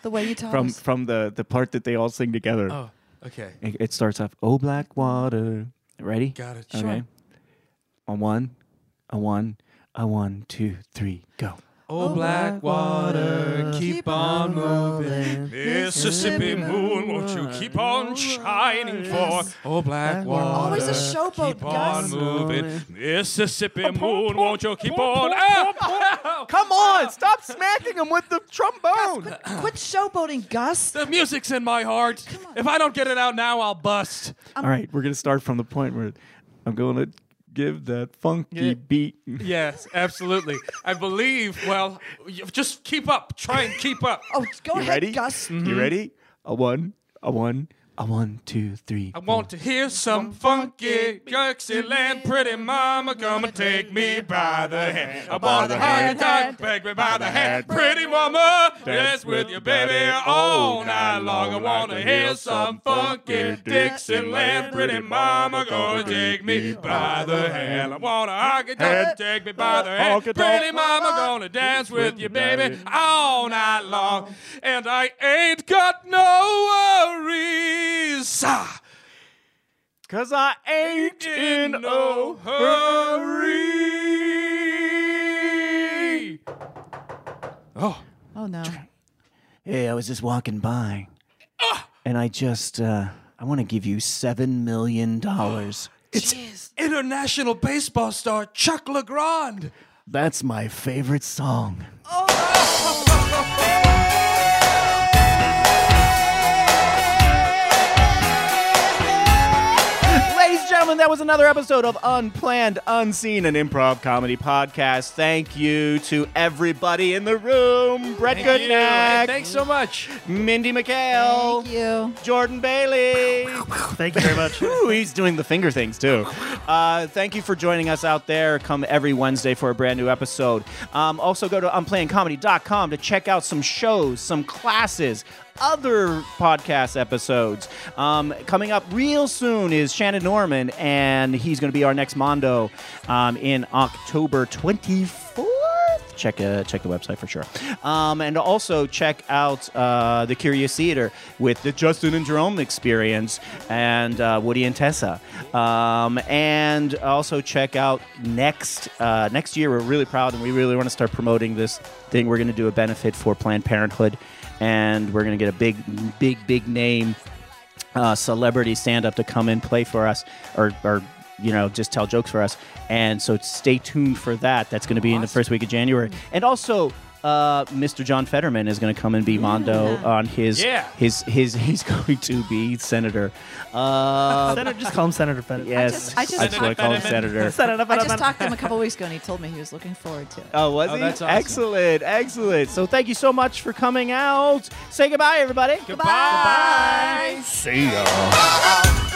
B: The way you toss.
A: from from the the part that they all sing together.
C: Oh, okay.
A: It, it starts off, "Oh black water." Ready?
C: Got it.
A: okay. On one, a one, a one, two, three, go.
C: Oh, black water, keep on moving.
B: Mississippi
C: Mississippi moon, won't you keep on shining for?
B: Yes.
C: Oh, black
D: You're
C: water.
D: always a
B: showboat,
C: Keep on
B: Gus.
C: moving. Mississippi moon, won't you keep on. Ah! *laughs* Ow!
A: Come on! Stop smacking him with the trombone.
B: Quit showboating, Gus.
C: The music's in my heart. If I don't get it out now, I'll bust.
A: All right, we're gonna start from the point where I'm going to give that funky beat.
C: Yes, absolutely. I believe, well, you- just keep up. Try and keep up.
B: Oh,
A: *laughs*
B: go
A: You
B: ahead,
A: ready? Mm.
B: Gus.
A: You ready? A one, a one, a one, two, three.
C: I want to hear some funky Land, pretty mama, come and take me by the hand. I want to hang tight, take me by the hand. Pretty mama, dance with your baby all night long. I want to hear some funky Land, pretty mama, gonna take me by the hand. I want to honky tonk, take me by the hand. Pretty mama, gonna dance with your baby all night long. And I ain't got no worries. Ah.
A: Cause I ain't
C: in a hurry. Oh,
B: Oh, no.
A: Hey, I was just walking by, and I just uh, I want to give you seven million dollars.
C: it's international baseball star Chuck Legrand.
A: That's my favorite song. that was another episode of Unplanned, Unseen, an improv comedy podcast. Thank you to everybody in the room. Brett
C: Thank you. Hey,
A: Goodnack,
C: thanks so much.
A: Mindy McHale,
B: Thank you.
A: Jordan Bailey.
D: Thank you very much.
A: *laughs* Ooh, he's doing the finger things too. Uh, thank you for joining us out there. Come every Wednesday for a brand new episode. Um, also, go to unplannedcomedy.com to check out some shows, some classes, other podcast episodes. Um, coming up real soon is Shannon Norman, and he's going to be our next Mondo um, in October 24th check uh, check the website for sure. Um, and also check out uh, the Curious Theater with the Justin and Jerome experience and uh, Woody and Tessa. Um, and also check out next uh, next year. We're really proud and we really want to start promoting this thing. We're going to do a benefit for Planned Parenthood, and we're going to get a big big big name uh, celebrity stand up to come and play for us or, or you know just tell jokes for us and so stay tuned for that that's going to be in the first week of january and also uh, Mr. John Fetterman is going to come and be Mondo on his
C: Yeah.
A: his his he's going to be senator. Uh,
D: Senator, just call him Senator Pettit.
A: yes,
B: I just-
A: that's what I call him senator.
D: Senator
B: I
D: Pettit.
B: just talked to him a couple weeks ago, and he told me he was looking forward to it.
A: Oh, was
C: Oh,
A: he?
C: that's awesome.
A: Excellent, excellent. So thank you so much for coming out. Say goodbye, everybody.
B: Bye.
F: See ya.
B: Bye.